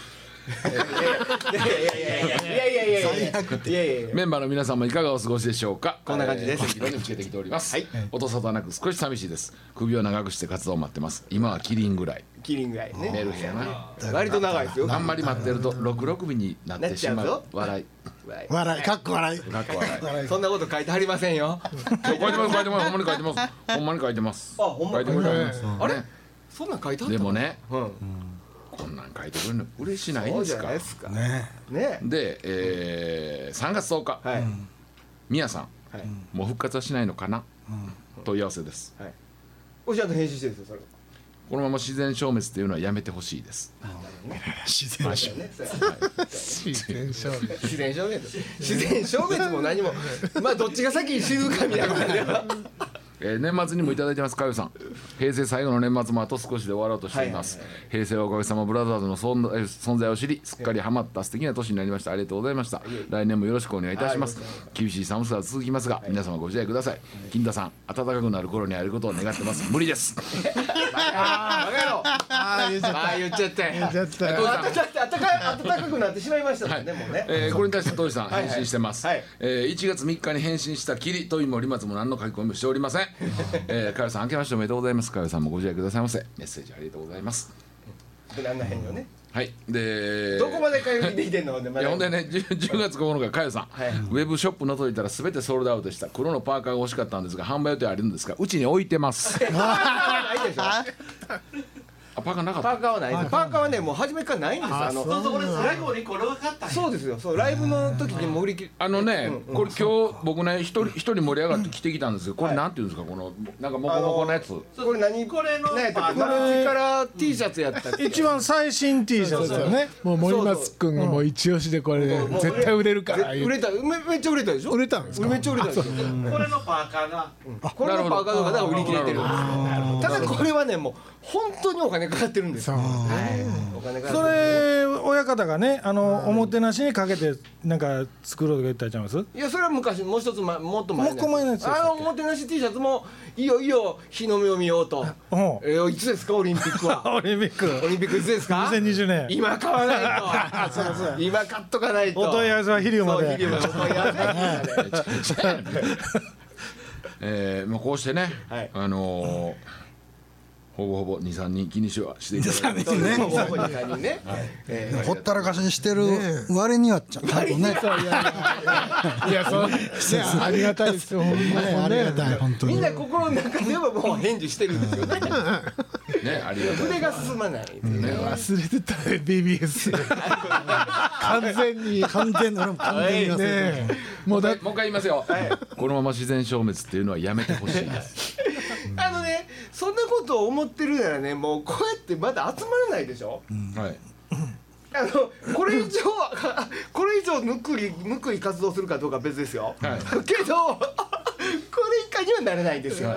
Speaker 1: いやいやいやいやいやいやいやいやいやいやいや
Speaker 3: メンバーの皆さんもいかがお過ごしでしょうか
Speaker 1: こんな感じです
Speaker 3: えー適度につけてきております、
Speaker 1: はい
Speaker 3: 音沙汰なく少し寂しいです首を長くして活動を待ってます今はキリンぐらい
Speaker 1: キリンぐらいね
Speaker 3: メルヘンな
Speaker 1: 割と長いですよ
Speaker 3: あんまり待ってると六六日になってしま
Speaker 1: なっちゃう
Speaker 3: う
Speaker 1: ぞ
Speaker 3: 笑い
Speaker 1: はい
Speaker 5: 笑いかっこ笑い
Speaker 3: かっこ笑い
Speaker 1: そんなこと書いてありませんよ
Speaker 3: 書いてます書いてますほんまに書いてますほんまに書いてます
Speaker 1: あほんまに
Speaker 3: 書いてます
Speaker 1: あれそんなん書いてあった
Speaker 3: でもね
Speaker 1: うん
Speaker 3: こんなん書いてくれるの嬉しないん
Speaker 1: そう
Speaker 3: で
Speaker 1: じ
Speaker 3: す
Speaker 1: ゃ
Speaker 3: か
Speaker 1: ないですか
Speaker 5: ね
Speaker 1: ね
Speaker 3: で、えー、3月10日、
Speaker 1: はい
Speaker 3: みやさん
Speaker 1: はい
Speaker 3: もう復活はしないのかな、問い合わせです
Speaker 1: はいおじゃんと編集してるんですよ
Speaker 3: このまま自然消滅っていうのはやめてほしいです
Speaker 5: 自然
Speaker 1: それねそうや
Speaker 6: 自転車
Speaker 1: 自然消滅自然消滅も何もまあどっちが先に死ぬかみたいなこと では
Speaker 3: えー年末にもいただいてますかよさん平成最後の年末もあと少しで終わろうとしています、平成はおかげさまブラザーズの存在存在を知りすっかりハマった素敵な年になりましたありがとうございました来年もよろしくお願いいたします厳しい寒さは続きますが皆様ご自愛ください金田さん暖かくなる頃に会えることを願ってます無理です
Speaker 1: バカ野郎
Speaker 6: ああ言っちゃっ
Speaker 1: ああ言っちゃったよ
Speaker 6: た言っちゃった
Speaker 1: あだってだって暖かい暖かくなってしまいましたもんねもうね
Speaker 3: えーこれに対して当時さん返信してます、
Speaker 1: はい
Speaker 3: えー1月3日に返信したきりといもりまつも何の書き込みもしておりません、えー、かよさん明けましておめでとうございますかよさんもご自愛くださいませメッセージありがとうございます
Speaker 1: 無難な変よね
Speaker 3: はいで
Speaker 1: どこまで通いできてんのほんでま
Speaker 3: い
Speaker 1: だ
Speaker 3: やほんでね 10, 10月9日かよさん、
Speaker 1: はい
Speaker 3: ウェブショップのぞいたら全てソールドアウトでした黒のパーカーが欲しかったんですが販売予定あるんですがうちに置いてます
Speaker 1: あないでしょ
Speaker 3: あパーカーなかっ
Speaker 1: パ
Speaker 3: た
Speaker 1: ーカーはないですパーカーはねもう初めからないんですよあの
Speaker 7: そうそう俺最後にこれ分かったんや
Speaker 1: そうですよそうライブの時にも売り切れ
Speaker 3: あのね、これ今日僕ね一人一人盛り上がって来てきたんですけどこれなんていうんですかこのなんかモコモコのやつ、
Speaker 1: これ何
Speaker 7: これの
Speaker 1: 何やったっけ
Speaker 7: パーカ
Speaker 1: マルチカラー T シャツやったっけ
Speaker 2: 一番最新 T シャツだよね
Speaker 6: もう森松君がもう一押しでこれで
Speaker 1: もう
Speaker 6: 絶対売れるから
Speaker 1: 売れためめっちゃ売れたでしょ
Speaker 6: 売れたんですか
Speaker 1: めっちゃ売れたでしょ
Speaker 7: これのパーカーが
Speaker 1: これのパーカーとかだから売り切れてるんですよただこれはねもう本当にお金かかってるんですよはいお金かかってる
Speaker 2: それ親方がねあのおもてなしにかけてなんか作ろうとか言ったちゃいます
Speaker 1: いやそれは昔もう一つ、ま、もっと前
Speaker 2: もう一個前のやつでしたっけ
Speaker 1: あのおもてなし T シャツもいいよいいよ日の目を見ようと、
Speaker 2: うん
Speaker 1: えーいつですかオリンピックは
Speaker 2: オリンピッ
Speaker 1: オ
Speaker 2: ク
Speaker 1: リンピックいつですか
Speaker 2: 2020年
Speaker 1: 今買わないと今買っとかないと
Speaker 2: お問い合わせは飛龍まで
Speaker 1: そう飛龍までお問い合 わせ
Speaker 3: えーまあ、こうしてね、
Speaker 1: はい
Speaker 3: あのーほぼほぼ23人気にしはしていただいて
Speaker 1: そうですねここに三人ねえー
Speaker 5: ほったらかしにしてる割にはちゃんとね
Speaker 6: いやそういやありがたいですよほんまに
Speaker 5: ありがたい本当
Speaker 1: みん
Speaker 5: に
Speaker 1: な心の中ではもう返事してるんです よね
Speaker 3: ねありがとう
Speaker 1: 筆が進まないですよね
Speaker 6: 忘れてたね BBS 完全にね
Speaker 5: 完全な俺も完全に忘れて
Speaker 6: えもう
Speaker 3: も
Speaker 6: だ
Speaker 3: う一回言いますよ、このまま自然消滅っていうのはやめてほしいです
Speaker 1: あのねそんなことを思ってるならねもうこうやってまだ集まらないでしょ
Speaker 3: はい
Speaker 1: あのこれ以上 これ以上ぬくりぬくい活動するかどうかは別ですよ、
Speaker 3: はい
Speaker 1: けど これ以下にはなれないんですよ、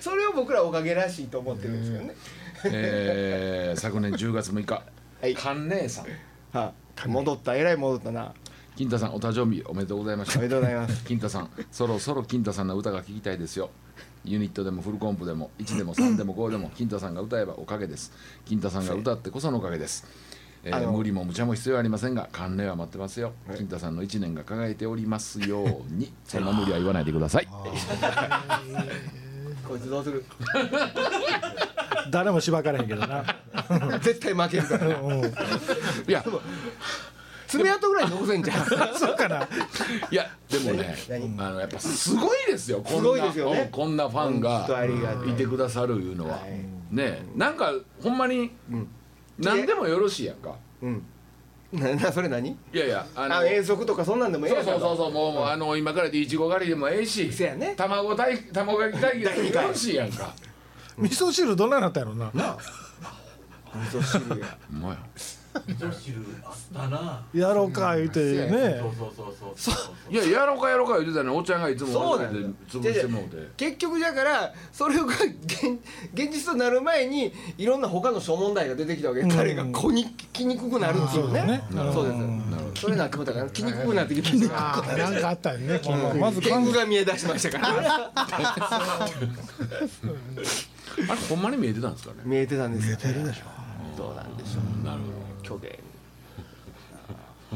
Speaker 1: それを僕らおかげらしいと思ってるんですよね、
Speaker 3: えー昨年10月6日
Speaker 1: はい
Speaker 3: 関姉さん
Speaker 1: はい戻ったえらい戻ったな
Speaker 3: 金太さんお誕生日おめでとうございまし
Speaker 1: お
Speaker 3: た
Speaker 1: めでとうござい ます
Speaker 3: 金太さんそろそろ金太さんの歌が聴きたいですよユニットでもフルコンプでも1でも3でも5でも金太さんが歌えばおかげです金太さんが歌ってこそのおかげです、えー
Speaker 1: あの
Speaker 3: 無理も無茶も必要ありませんが関連は待ってますよ金太さんの1年が輝いておりますよう にそんな無理は言わないでください
Speaker 1: こいつどうする
Speaker 2: 誰もしばかれへんけどな
Speaker 1: 絶対負けるからな
Speaker 3: えいや
Speaker 1: 爪痕ぐらい残せんじゃん
Speaker 2: そうかない
Speaker 3: やでもね
Speaker 1: 何
Speaker 3: あのやっぱすごいですよこんな
Speaker 1: すごいですよね
Speaker 3: うんこんなファン
Speaker 1: 本当ありが
Speaker 3: が
Speaker 1: たい
Speaker 3: いてくださるいうのは、
Speaker 1: はい
Speaker 3: ねえなんかほんまに何でもよろしいやんか
Speaker 1: うん ななそれ何
Speaker 3: いやいやあの
Speaker 1: あ遠足とかそんなんでもええ
Speaker 3: そ
Speaker 1: や
Speaker 3: う
Speaker 1: んか
Speaker 3: そ
Speaker 1: と
Speaker 3: うそうそうもう、もうあの今からでいちご狩りでもええし
Speaker 1: せや ね
Speaker 3: 卵大卵焼き大
Speaker 1: 大吉
Speaker 3: 吉でもよろしいやんか
Speaker 2: 味噌汁どんなんなったやろな
Speaker 1: 味噌汁や
Speaker 3: ほんまや
Speaker 7: 女子るあったな
Speaker 2: やろうか言うてね
Speaker 7: そうそうそうそうそうそう
Speaker 3: いややろうかやろうか言ってたねおっちゃんがいつも
Speaker 1: そう
Speaker 3: 我
Speaker 1: なんだ
Speaker 3: 々で
Speaker 1: よ
Speaker 3: 潰してもうて
Speaker 1: 結局だからそれが現現実となる前にいろんな他の諸問題が出てきたわけで、彼がこにきにくくなるっていうねそうですそれなってもたからきにくくなってきましたか
Speaker 6: あなんかあったんね筋
Speaker 2: まあ
Speaker 6: 肉
Speaker 2: ま
Speaker 1: ら
Speaker 2: ず
Speaker 1: 天
Speaker 2: 韓
Speaker 1: 狗が見え出しましたから
Speaker 3: あれほんまに見えてたんですかね
Speaker 1: 見えてたんですよ見えてるでしょどうなんでしょう
Speaker 3: なるほ
Speaker 1: 虚言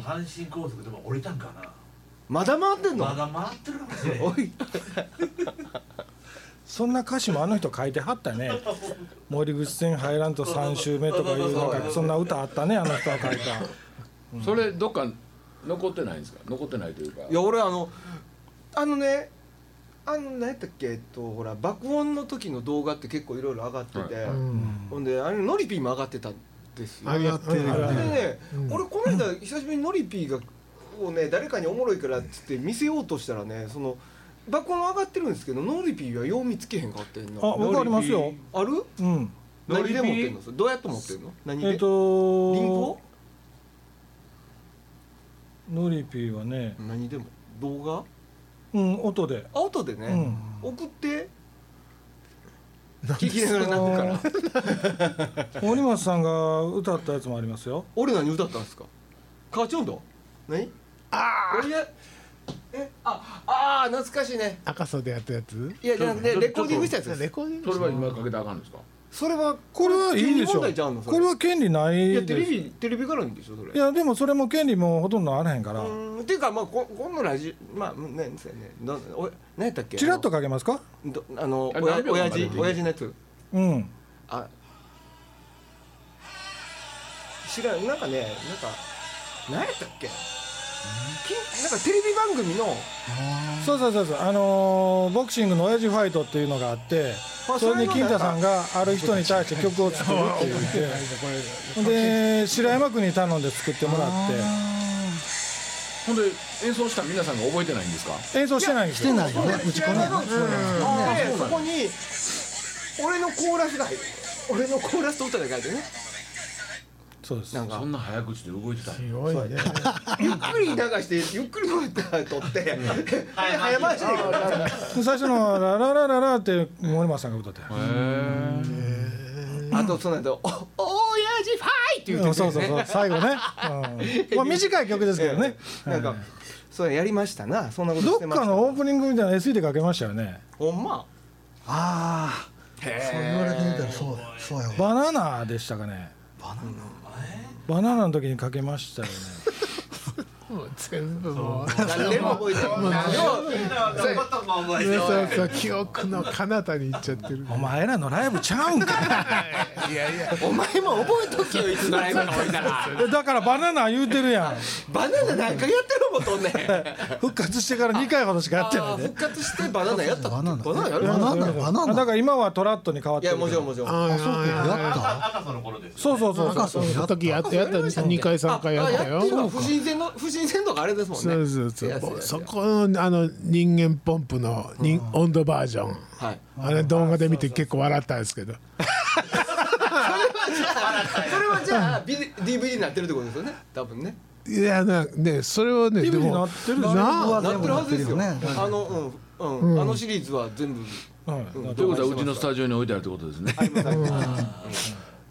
Speaker 7: 阪神高速でも降りたんかな
Speaker 1: まだ回ってんの、
Speaker 7: まだ回ってるかもしれない
Speaker 1: おい
Speaker 2: そんな歌詞もあの人書いてはった ね「森口線入らんと3周目」とかいうなんかそんな歌あったねあの人が書いた
Speaker 3: どそれどっか残ってないんですか残ってないというか
Speaker 1: いや俺あのあのねあの何やったっけえっとほら爆音の時の動画って結構いろいろ上がってて、ほんであれノリピーも上がってたんですよ。
Speaker 6: あ
Speaker 1: で
Speaker 6: やってるよね
Speaker 1: ね、俺この間久しぶりにノリピーがをね誰かにおもろいからっつって見せようとしたらねその爆音上がってるんですけどノリピーはよう見つけへんかってんな。
Speaker 2: あ僕ありますよ
Speaker 1: ある？
Speaker 2: うん
Speaker 1: 何で持ってんの？それどうやって持ってんの？何で？
Speaker 2: えっと
Speaker 1: リンゴ？
Speaker 2: ノリピーはね
Speaker 1: 何でも動画？
Speaker 2: うん音で
Speaker 1: あ音でね、送って聞きながら
Speaker 2: あ
Speaker 1: 泣くから
Speaker 2: の森松さんが歌ったやつもありますよ
Speaker 1: 俺何歌ったんですかカチョンド何ああえああー懐かしいね
Speaker 6: 赤楚でやったやつ
Speaker 1: いやじゃあねレコーディングしたやつです
Speaker 6: レコーディン
Speaker 3: そ
Speaker 6: グ
Speaker 3: れは今かけたらあかんですか
Speaker 1: それは
Speaker 2: これはいいで
Speaker 1: 権利
Speaker 2: し
Speaker 1: 問
Speaker 2: ょ
Speaker 1: 題ちゃうのそれ
Speaker 2: これは権利ない
Speaker 1: いや
Speaker 2: で
Speaker 1: テ
Speaker 2: す
Speaker 1: レビテレビからんでしょそれ
Speaker 2: いやでもそれも権利もほとんどあらへんから
Speaker 1: うんっていうかまあここのラジまあうんねそうやねどお何やったっけ
Speaker 2: チラッとかけますか
Speaker 1: どあの
Speaker 3: あ
Speaker 1: おや
Speaker 3: 何秒
Speaker 1: 親
Speaker 3: まで
Speaker 1: 父
Speaker 3: でいい
Speaker 1: 親父のやつ
Speaker 2: うん
Speaker 1: あ知らんなんかねなんか何やったっけきなんかテレビ番組の
Speaker 2: そうそうそうそうあのーボクシングの親父ファイトっていうのがあって
Speaker 1: あ
Speaker 2: それに
Speaker 1: それの
Speaker 2: 金
Speaker 1: なんか
Speaker 2: 太さんがある人に対して曲を作るって言ってで白山君に頼んで作ってもらっ
Speaker 3: ほんで演奏した皆さんが覚えてないんですか
Speaker 2: て演奏してないんですよ
Speaker 5: ないよね打ち込んでない
Speaker 1: でそこに俺のコーラスが入る俺のコーラスと歌が書いてね
Speaker 2: そうです
Speaker 1: なんか
Speaker 3: そんな早口で動いてたんや
Speaker 6: すごいね
Speaker 1: ゆっくり流してゆっくり回って撮ってで早回しで
Speaker 2: で最初の「ラララララ」って森松さんが歌って
Speaker 3: へー
Speaker 1: あとその後「お親父ファイ!」って言って
Speaker 2: うんそうそうそう最後ね、うんまあ、短い曲ですけどね
Speaker 1: なんかそれやりましたなそんなこと
Speaker 2: ど
Speaker 1: し
Speaker 2: って
Speaker 1: まし
Speaker 2: か
Speaker 1: た
Speaker 2: のオープニングみたいな SE でかけましたよね
Speaker 1: ほんま
Speaker 5: ああそう言われてみたらそうだそうやわ
Speaker 2: バナナでしたかねバナナバナナの時にかけましたよね
Speaker 6: もう全部もう
Speaker 1: 何でも覚えてる
Speaker 7: そういうことも思えて
Speaker 6: そうそう記憶の彼方に行っちゃってる
Speaker 2: お前らのライブちゃうんか
Speaker 1: お前も覚えとけよいつのライブが置いたら
Speaker 2: いだからバナナ言うてるやん
Speaker 1: バナナ何回やってるもんとんねん
Speaker 2: 復活してから2回ほどしかやってない
Speaker 1: あー復
Speaker 2: で
Speaker 1: 活してバナナやったっけ
Speaker 5: バ
Speaker 1: バ
Speaker 5: ナナ
Speaker 1: ナナやる
Speaker 5: バナナバナ
Speaker 2: だ
Speaker 5: ナ
Speaker 2: から今はトラットに変わ
Speaker 1: い
Speaker 2: って
Speaker 1: や
Speaker 2: るけど
Speaker 1: もちろんもちろんあ
Speaker 6: ああ
Speaker 5: やった
Speaker 7: 赤楚の頃です
Speaker 2: そうそうそうそう
Speaker 5: そう
Speaker 6: その時やったやった2回3回やった
Speaker 1: あ
Speaker 6: よ
Speaker 1: ってるわ不審船の不審船とかあれですもんね
Speaker 6: そうそうそ
Speaker 1: やや
Speaker 6: う
Speaker 1: や
Speaker 6: そこのあの人間ポンプの人温度バージョン
Speaker 1: はい
Speaker 6: あれ動画で見て結構笑ったんですけど
Speaker 1: それはじゃあビデ DVD になってるってことですよね多分ね
Speaker 6: いやなねそれをね
Speaker 2: ビ
Speaker 6: で
Speaker 2: ビにな
Speaker 6: も
Speaker 2: ってるでしょ
Speaker 6: なあ
Speaker 1: なってるはずですよ
Speaker 5: なってるよね
Speaker 1: あのうんうんあのシリーズは全部
Speaker 2: うん
Speaker 3: ということはうちのスタジオに置いてあるってことですね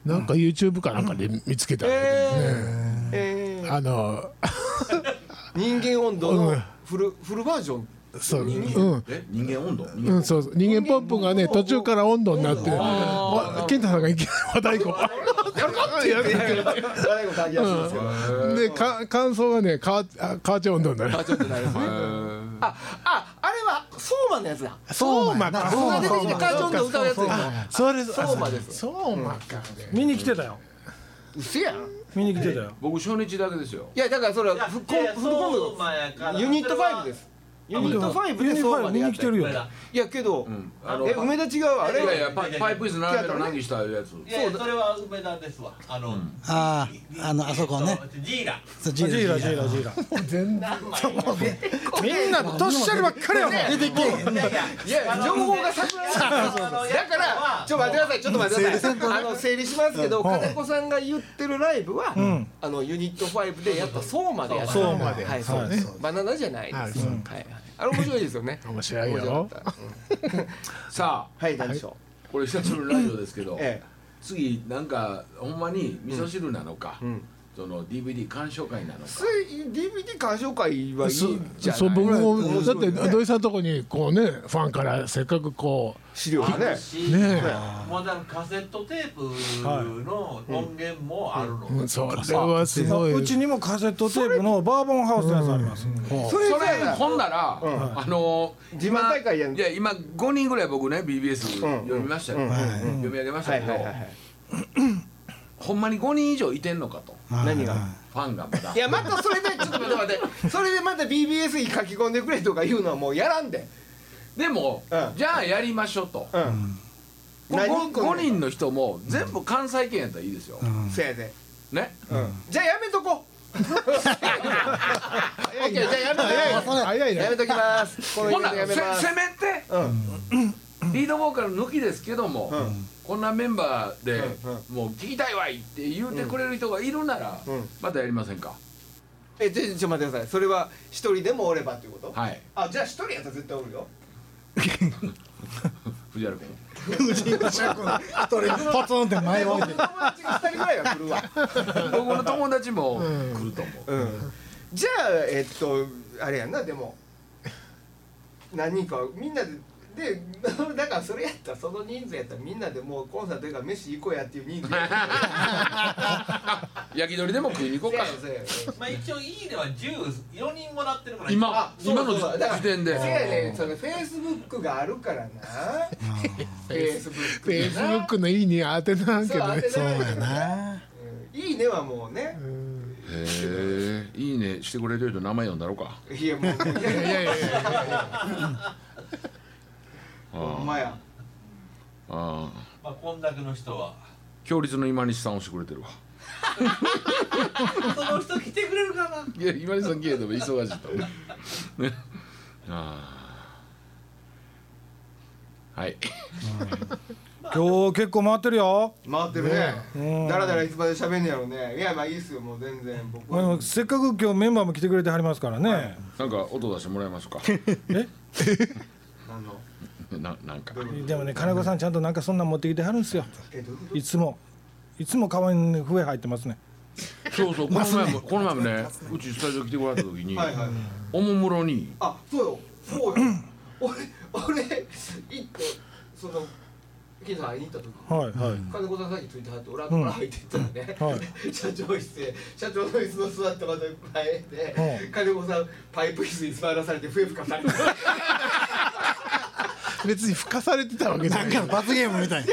Speaker 6: なんか YouTube かなんかで見つけたんだけど
Speaker 1: えーえー
Speaker 6: あの
Speaker 1: 人間温度のフルフルバージョン
Speaker 6: そううん
Speaker 3: え人間温度人
Speaker 6: う
Speaker 3: 間
Speaker 6: んそうそう人間ポンプがね途中から温度になってわ健太さんがいきなり和太鼓やる
Speaker 1: ガラゴ鍵足ですけど
Speaker 6: でか感想がねカーあカーチ温度になる
Speaker 1: バージョンってなりますねあああれはソーマのやつだ
Speaker 5: そうま
Speaker 6: か
Speaker 1: ソーマ出てきてカージョンと歌うやつでしょ
Speaker 6: それそう
Speaker 1: そうまです
Speaker 6: そうまかね
Speaker 2: 見に来てたよ
Speaker 1: うせやん
Speaker 2: 見に来てたよ
Speaker 3: 僕初日だけですよ
Speaker 1: いやだからそれはフコンフルコン
Speaker 7: そうまやか
Speaker 1: ボ
Speaker 7: ら
Speaker 1: ユニット5です。ユニット5でそうまで
Speaker 2: ユ
Speaker 1: や
Speaker 2: ニット
Speaker 1: っ
Speaker 2: 5見に来てるよ
Speaker 7: やっ
Speaker 1: いやけど
Speaker 3: んあの
Speaker 1: え梅田違うあ
Speaker 3: いやい
Speaker 1: れ
Speaker 3: やパパイプ椅子並べたら何したいうやつ
Speaker 7: いやいやそれは梅田ですわあの
Speaker 5: あああのあそこね
Speaker 7: ジーラ
Speaker 5: ジ
Speaker 2: ジー
Speaker 5: ーラ
Speaker 2: ラジ
Speaker 5: ジー
Speaker 2: ー
Speaker 5: ラ
Speaker 2: ラジーラ
Speaker 6: 全然
Speaker 2: みんなとっしゃりばっかりやもん
Speaker 5: 出てけえへん
Speaker 7: いやいや
Speaker 1: いや情報がさ
Speaker 7: だ
Speaker 1: だからちょっと待ってくださいちょっと待ってくださいあの整理しますけど
Speaker 2: ん
Speaker 1: 金子さんが言ってるライブはあのユニット5でやったそうまでやった
Speaker 2: そうまで
Speaker 1: はいそうですバナナじゃないですはいあれ面白いですよね
Speaker 6: 面白い
Speaker 1: 面白
Speaker 6: よ
Speaker 1: かった
Speaker 3: さあ
Speaker 1: はい何でしょ
Speaker 3: これ久しぶりのラジオですけど
Speaker 1: うえ
Speaker 3: 次なんかほんまに味噌汁なのか、
Speaker 1: えうん
Speaker 3: その DVD 鑑賞会なのか
Speaker 1: つい DVD 鑑賞会はいいじゃない
Speaker 6: そう僕もだって土井さんのとこにこうねファンからせっかくこ
Speaker 1: 資料がね
Speaker 7: し
Speaker 6: ね
Speaker 7: もうだからカセットテープの音源もあるの、
Speaker 6: うそれはすごいう
Speaker 2: ちにもカセットテープのバーボンハウスのやつあります
Speaker 1: それ
Speaker 3: それ
Speaker 1: さ
Speaker 3: ほんなら、あの
Speaker 1: 自慢大会やん
Speaker 3: 今いや今5人ぐらい僕ね BBS
Speaker 1: うん
Speaker 3: 読みましたよ、
Speaker 1: うん
Speaker 3: 読み上げまし
Speaker 1: は
Speaker 3: た
Speaker 1: い
Speaker 3: け
Speaker 1: はい
Speaker 3: ど、
Speaker 1: はいはい
Speaker 3: ほんまに5人以上いてんのかと
Speaker 1: 何が
Speaker 3: ファンがまだ
Speaker 1: いやまたそれでちょっと待って待ってそれでまた BBS に書き込んでくれとか言うのはもうやらんで
Speaker 3: でも、
Speaker 1: うん
Speaker 3: じゃあやりましょうと、
Speaker 1: うん
Speaker 3: これ
Speaker 1: 何
Speaker 3: 5, 人の人も全部関西圏やったらいいですよ、
Speaker 1: せやで
Speaker 3: ね
Speaker 1: うんじゃあやめと こうオッケーじゃあやめとこ
Speaker 6: 早
Speaker 1: う
Speaker 6: い
Speaker 1: や
Speaker 6: ね
Speaker 1: めときますこの
Speaker 3: ほんな
Speaker 1: やつ
Speaker 3: ら
Speaker 1: や
Speaker 3: せ
Speaker 1: めます
Speaker 3: せめて
Speaker 1: うん
Speaker 3: リードボーカル抜きですけども、
Speaker 1: うん
Speaker 3: こんなメンバーで
Speaker 1: うん
Speaker 3: もう聞きたいわいって言うてくれる人がいるなら
Speaker 1: うん
Speaker 3: またやりませんか、
Speaker 1: えちょちょちょ待ってくださいそれは一人でもおればっていうこと
Speaker 3: はい
Speaker 1: あじゃあ一人やったら絶対おるよ
Speaker 3: 藤 原君
Speaker 5: ポツンって前を
Speaker 1: 僕
Speaker 5: 置い
Speaker 1: の
Speaker 5: て
Speaker 1: 友達が二人ぐらいは来るわ
Speaker 3: 僕の友達も来ると思う、
Speaker 1: うんじゃあえっとあれやんなでも何人かみんなでで だからそれやったらその人数やったらみんなでもうコンサートやから飯行こうやっていう人数や
Speaker 3: 焼き鳥でも食いに行 こうか
Speaker 1: そうやそうや
Speaker 7: まあ一応 E では14人もらってるから
Speaker 3: 今
Speaker 1: あそう
Speaker 3: 今
Speaker 1: そう
Speaker 3: の
Speaker 1: そうだから
Speaker 3: 時点で
Speaker 1: せやねそのフェイスブックがあるからなフェイスブック
Speaker 6: フェイスブックの「いい」に当てな
Speaker 1: そ
Speaker 6: ん
Speaker 1: う
Speaker 6: けど
Speaker 1: 当
Speaker 6: ね
Speaker 1: て
Speaker 5: そう
Speaker 1: られる
Speaker 5: やない
Speaker 1: いねはもうね
Speaker 3: へえいいねしてくれる人名前呼んだろうか
Speaker 1: いやもうい
Speaker 6: い
Speaker 1: や
Speaker 6: やいやいや
Speaker 1: ほんまや
Speaker 3: ああ
Speaker 7: まあこんだけの人は
Speaker 3: 強烈の今西さんをしてくれてる わ
Speaker 7: その人来てくれるかない
Speaker 3: や今西さん消えても忙しいと思う ねああはい
Speaker 2: 今日結構回ってるよ
Speaker 1: 回ってるね
Speaker 2: うん
Speaker 1: だらだらいつまで喋んねやろねいやまあいいっすよもう全然僕
Speaker 2: あ
Speaker 1: は
Speaker 2: のせっかく今日メンバーも来てくれてはりますからね
Speaker 3: なんか音出してもらえますか
Speaker 1: あの
Speaker 3: ななんか
Speaker 1: どういうこと
Speaker 2: でもね金子さんちゃんとなんかそんなん持ってきてはるんですよ
Speaker 1: えどういうこと
Speaker 2: いつもいつもカバンに笛入ってますね
Speaker 3: そうそうこの前もこの前もねうちスタジオ来てもらった時に
Speaker 1: はいはい
Speaker 3: おもむろに
Speaker 1: あそうよそうよ俺俺行ってその金さん会いに行った時
Speaker 2: はいはい
Speaker 1: 金子さんさっきついてはって俺後から入っていったらね、
Speaker 2: うんは
Speaker 1: 社長室へ社長の椅子の座った方にえて、
Speaker 2: う
Speaker 1: 金子さんパイプ椅子に座らされて笛吹かさ れて
Speaker 6: 別に吹かされてたわけじゃ
Speaker 5: な
Speaker 6: なんい
Speaker 5: か罰ゲームみたいな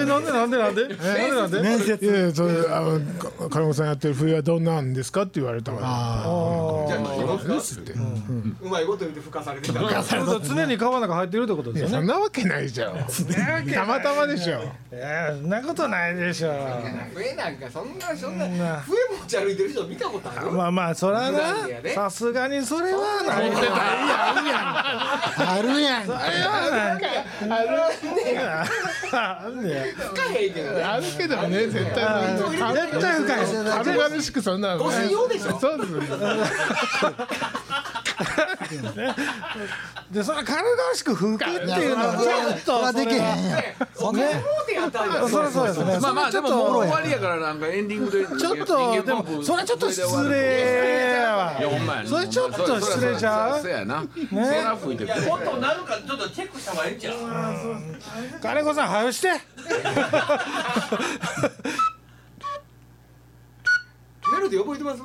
Speaker 2: えなんでなんでなんでえなんでなんで
Speaker 5: 面接
Speaker 6: いやいやそれあのか金子さんやってる冬はどんなんですかって言われたから
Speaker 5: あ
Speaker 1: じゃあ
Speaker 2: あ
Speaker 1: 聞きますか
Speaker 3: って
Speaker 1: うまいこと言って吹かされてた
Speaker 2: あそうそう常に川の中入ってるってこと
Speaker 6: い
Speaker 2: で
Speaker 6: や
Speaker 2: す
Speaker 6: そ
Speaker 2: よ
Speaker 6: ん
Speaker 2: ね
Speaker 6: なわけないじゃんたまたまでしょ
Speaker 2: えーそんなことないでしょ
Speaker 1: 笛なんかそんなそんな
Speaker 2: そんな
Speaker 1: 笛持ち歩いてる人見たことある、
Speaker 2: まあまあそら
Speaker 1: 普段や
Speaker 2: な
Speaker 1: で
Speaker 2: さすがにそれはない
Speaker 5: ああるやん
Speaker 2: あんねや
Speaker 1: 吹かへんけどね
Speaker 6: あるけどね絶対
Speaker 2: 絶対深いです
Speaker 6: 軽々しくそんなの
Speaker 1: ご信用でしょ
Speaker 6: そうです
Speaker 2: でそれ軽々しく吹くっていうのはちょっと
Speaker 5: それはできへん
Speaker 2: そ
Speaker 5: やん
Speaker 1: お金持ってやったんだ
Speaker 2: れはそりゃそうですね
Speaker 3: まあまあでももう終わりやからなんかエンディングで
Speaker 2: ちょっとでもそれはちょっと失礼やわ
Speaker 3: いやほんまやな
Speaker 2: それちょっと失礼ちゃう
Speaker 3: そりゃそうやなそら吹いて
Speaker 7: い
Speaker 3: くれ
Speaker 7: やもっとなるかちょっとチェックした方がいいんちゃう
Speaker 2: 金子さん早よして
Speaker 1: メロディー覚えてます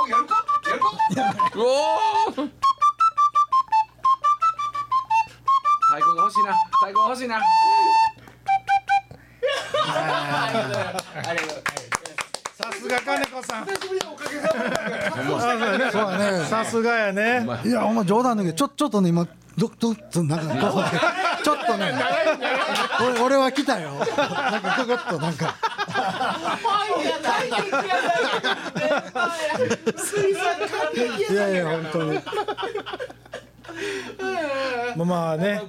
Speaker 1: おやるかやるか
Speaker 3: うおー太鼓が欲しいな太鼓が欲しいな
Speaker 1: ありがとうございます
Speaker 2: さすが金子さん
Speaker 1: 久しぶりのおかげさまで
Speaker 2: そうだねさすがやね
Speaker 5: いや、ほんま冗談だけど、ちょ、ちょっとね、今、ど、ど、と、なんか、こう、ちょっとね。俺、俺は来たよ。なんか、ぐぐっと、なんか、
Speaker 1: 水産買ってき
Speaker 5: いやいや、本当に。
Speaker 2: まあね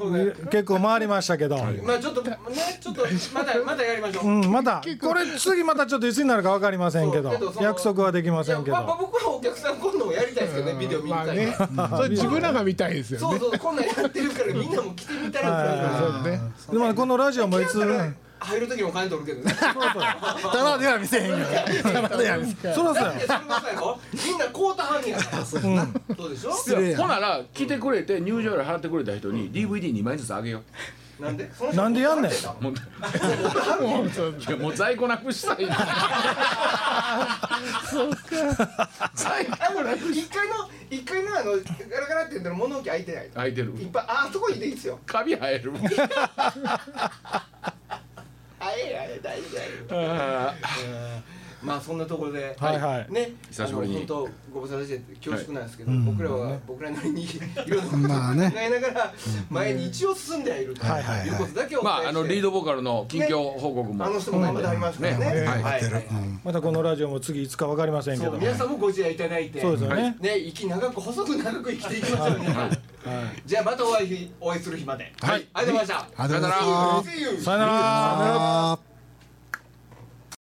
Speaker 2: 結構回りましたけど、
Speaker 1: まあちょっとねちょっとまだまだやりましょう
Speaker 2: うん、またこれ次またちょっといつになるか分かりませんけど
Speaker 1: そうけどその
Speaker 2: 約束はできま
Speaker 1: い
Speaker 2: せ
Speaker 1: や
Speaker 2: んけ
Speaker 1: まあまあ
Speaker 2: ど
Speaker 1: 僕はお客さん今度もやりたいですけどねビデオ見
Speaker 6: ま
Speaker 1: た
Speaker 6: あ
Speaker 1: いから、
Speaker 6: ね、それ自分らが見たいですよ
Speaker 1: そう
Speaker 6: ね。
Speaker 1: そうこんなんやってるからみんなも来てみた
Speaker 6: そ
Speaker 1: ら
Speaker 6: うね。
Speaker 2: でもこのラジオもいつ
Speaker 1: そ
Speaker 2: そ
Speaker 1: れは
Speaker 2: ろ
Speaker 1: 入る時もお金取るけどね
Speaker 5: ただでは見せへんよ。ただでは見せへん。
Speaker 2: そろ
Speaker 1: だってそれもさよみんな買うたはんやからそうでしょ
Speaker 5: 失礼や
Speaker 3: ほ。なら来てくれて入場料払ってくれた人に DVD2 枚ずつあげよ
Speaker 1: なんでその人
Speaker 2: なんでやんねん
Speaker 3: うもういやもう在庫なく したいな在庫
Speaker 1: あの一階の一階のあのガラガラって言ったら物置開いてない
Speaker 3: 空いてる
Speaker 1: いっぱいああそこにでいいですよ
Speaker 3: カビ生えるもん
Speaker 1: あええあえ大丈夫大丈夫まあそんなところで
Speaker 2: はいはい
Speaker 1: ね
Speaker 3: 久しぶりに
Speaker 1: あの本当ご無沙汰して恐縮なんですけど僕らは僕らなりにいろんなことを
Speaker 5: まあ
Speaker 1: 考
Speaker 5: ね
Speaker 1: えながら前に一応進んではいると
Speaker 5: はいはいはい
Speaker 1: いうことだけをお伝
Speaker 3: まああの
Speaker 1: え
Speaker 3: リ
Speaker 1: し
Speaker 3: ー
Speaker 1: て
Speaker 3: ドボーカルの近況報告も
Speaker 1: あの人も頑張ってありますからね
Speaker 3: ね
Speaker 1: はいはいはい
Speaker 2: またこのラジオも次いつか分かりませんけ
Speaker 1: そ
Speaker 2: ど
Speaker 1: う皆さんもご自愛いただいて
Speaker 2: そうですよね
Speaker 1: ね息長く細く長く生きていきましょう皆さんじゃあまたお会いお会いする日まではいありがとうございました
Speaker 5: ありがとうございま
Speaker 1: さよう
Speaker 2: さよなら
Speaker 5: す。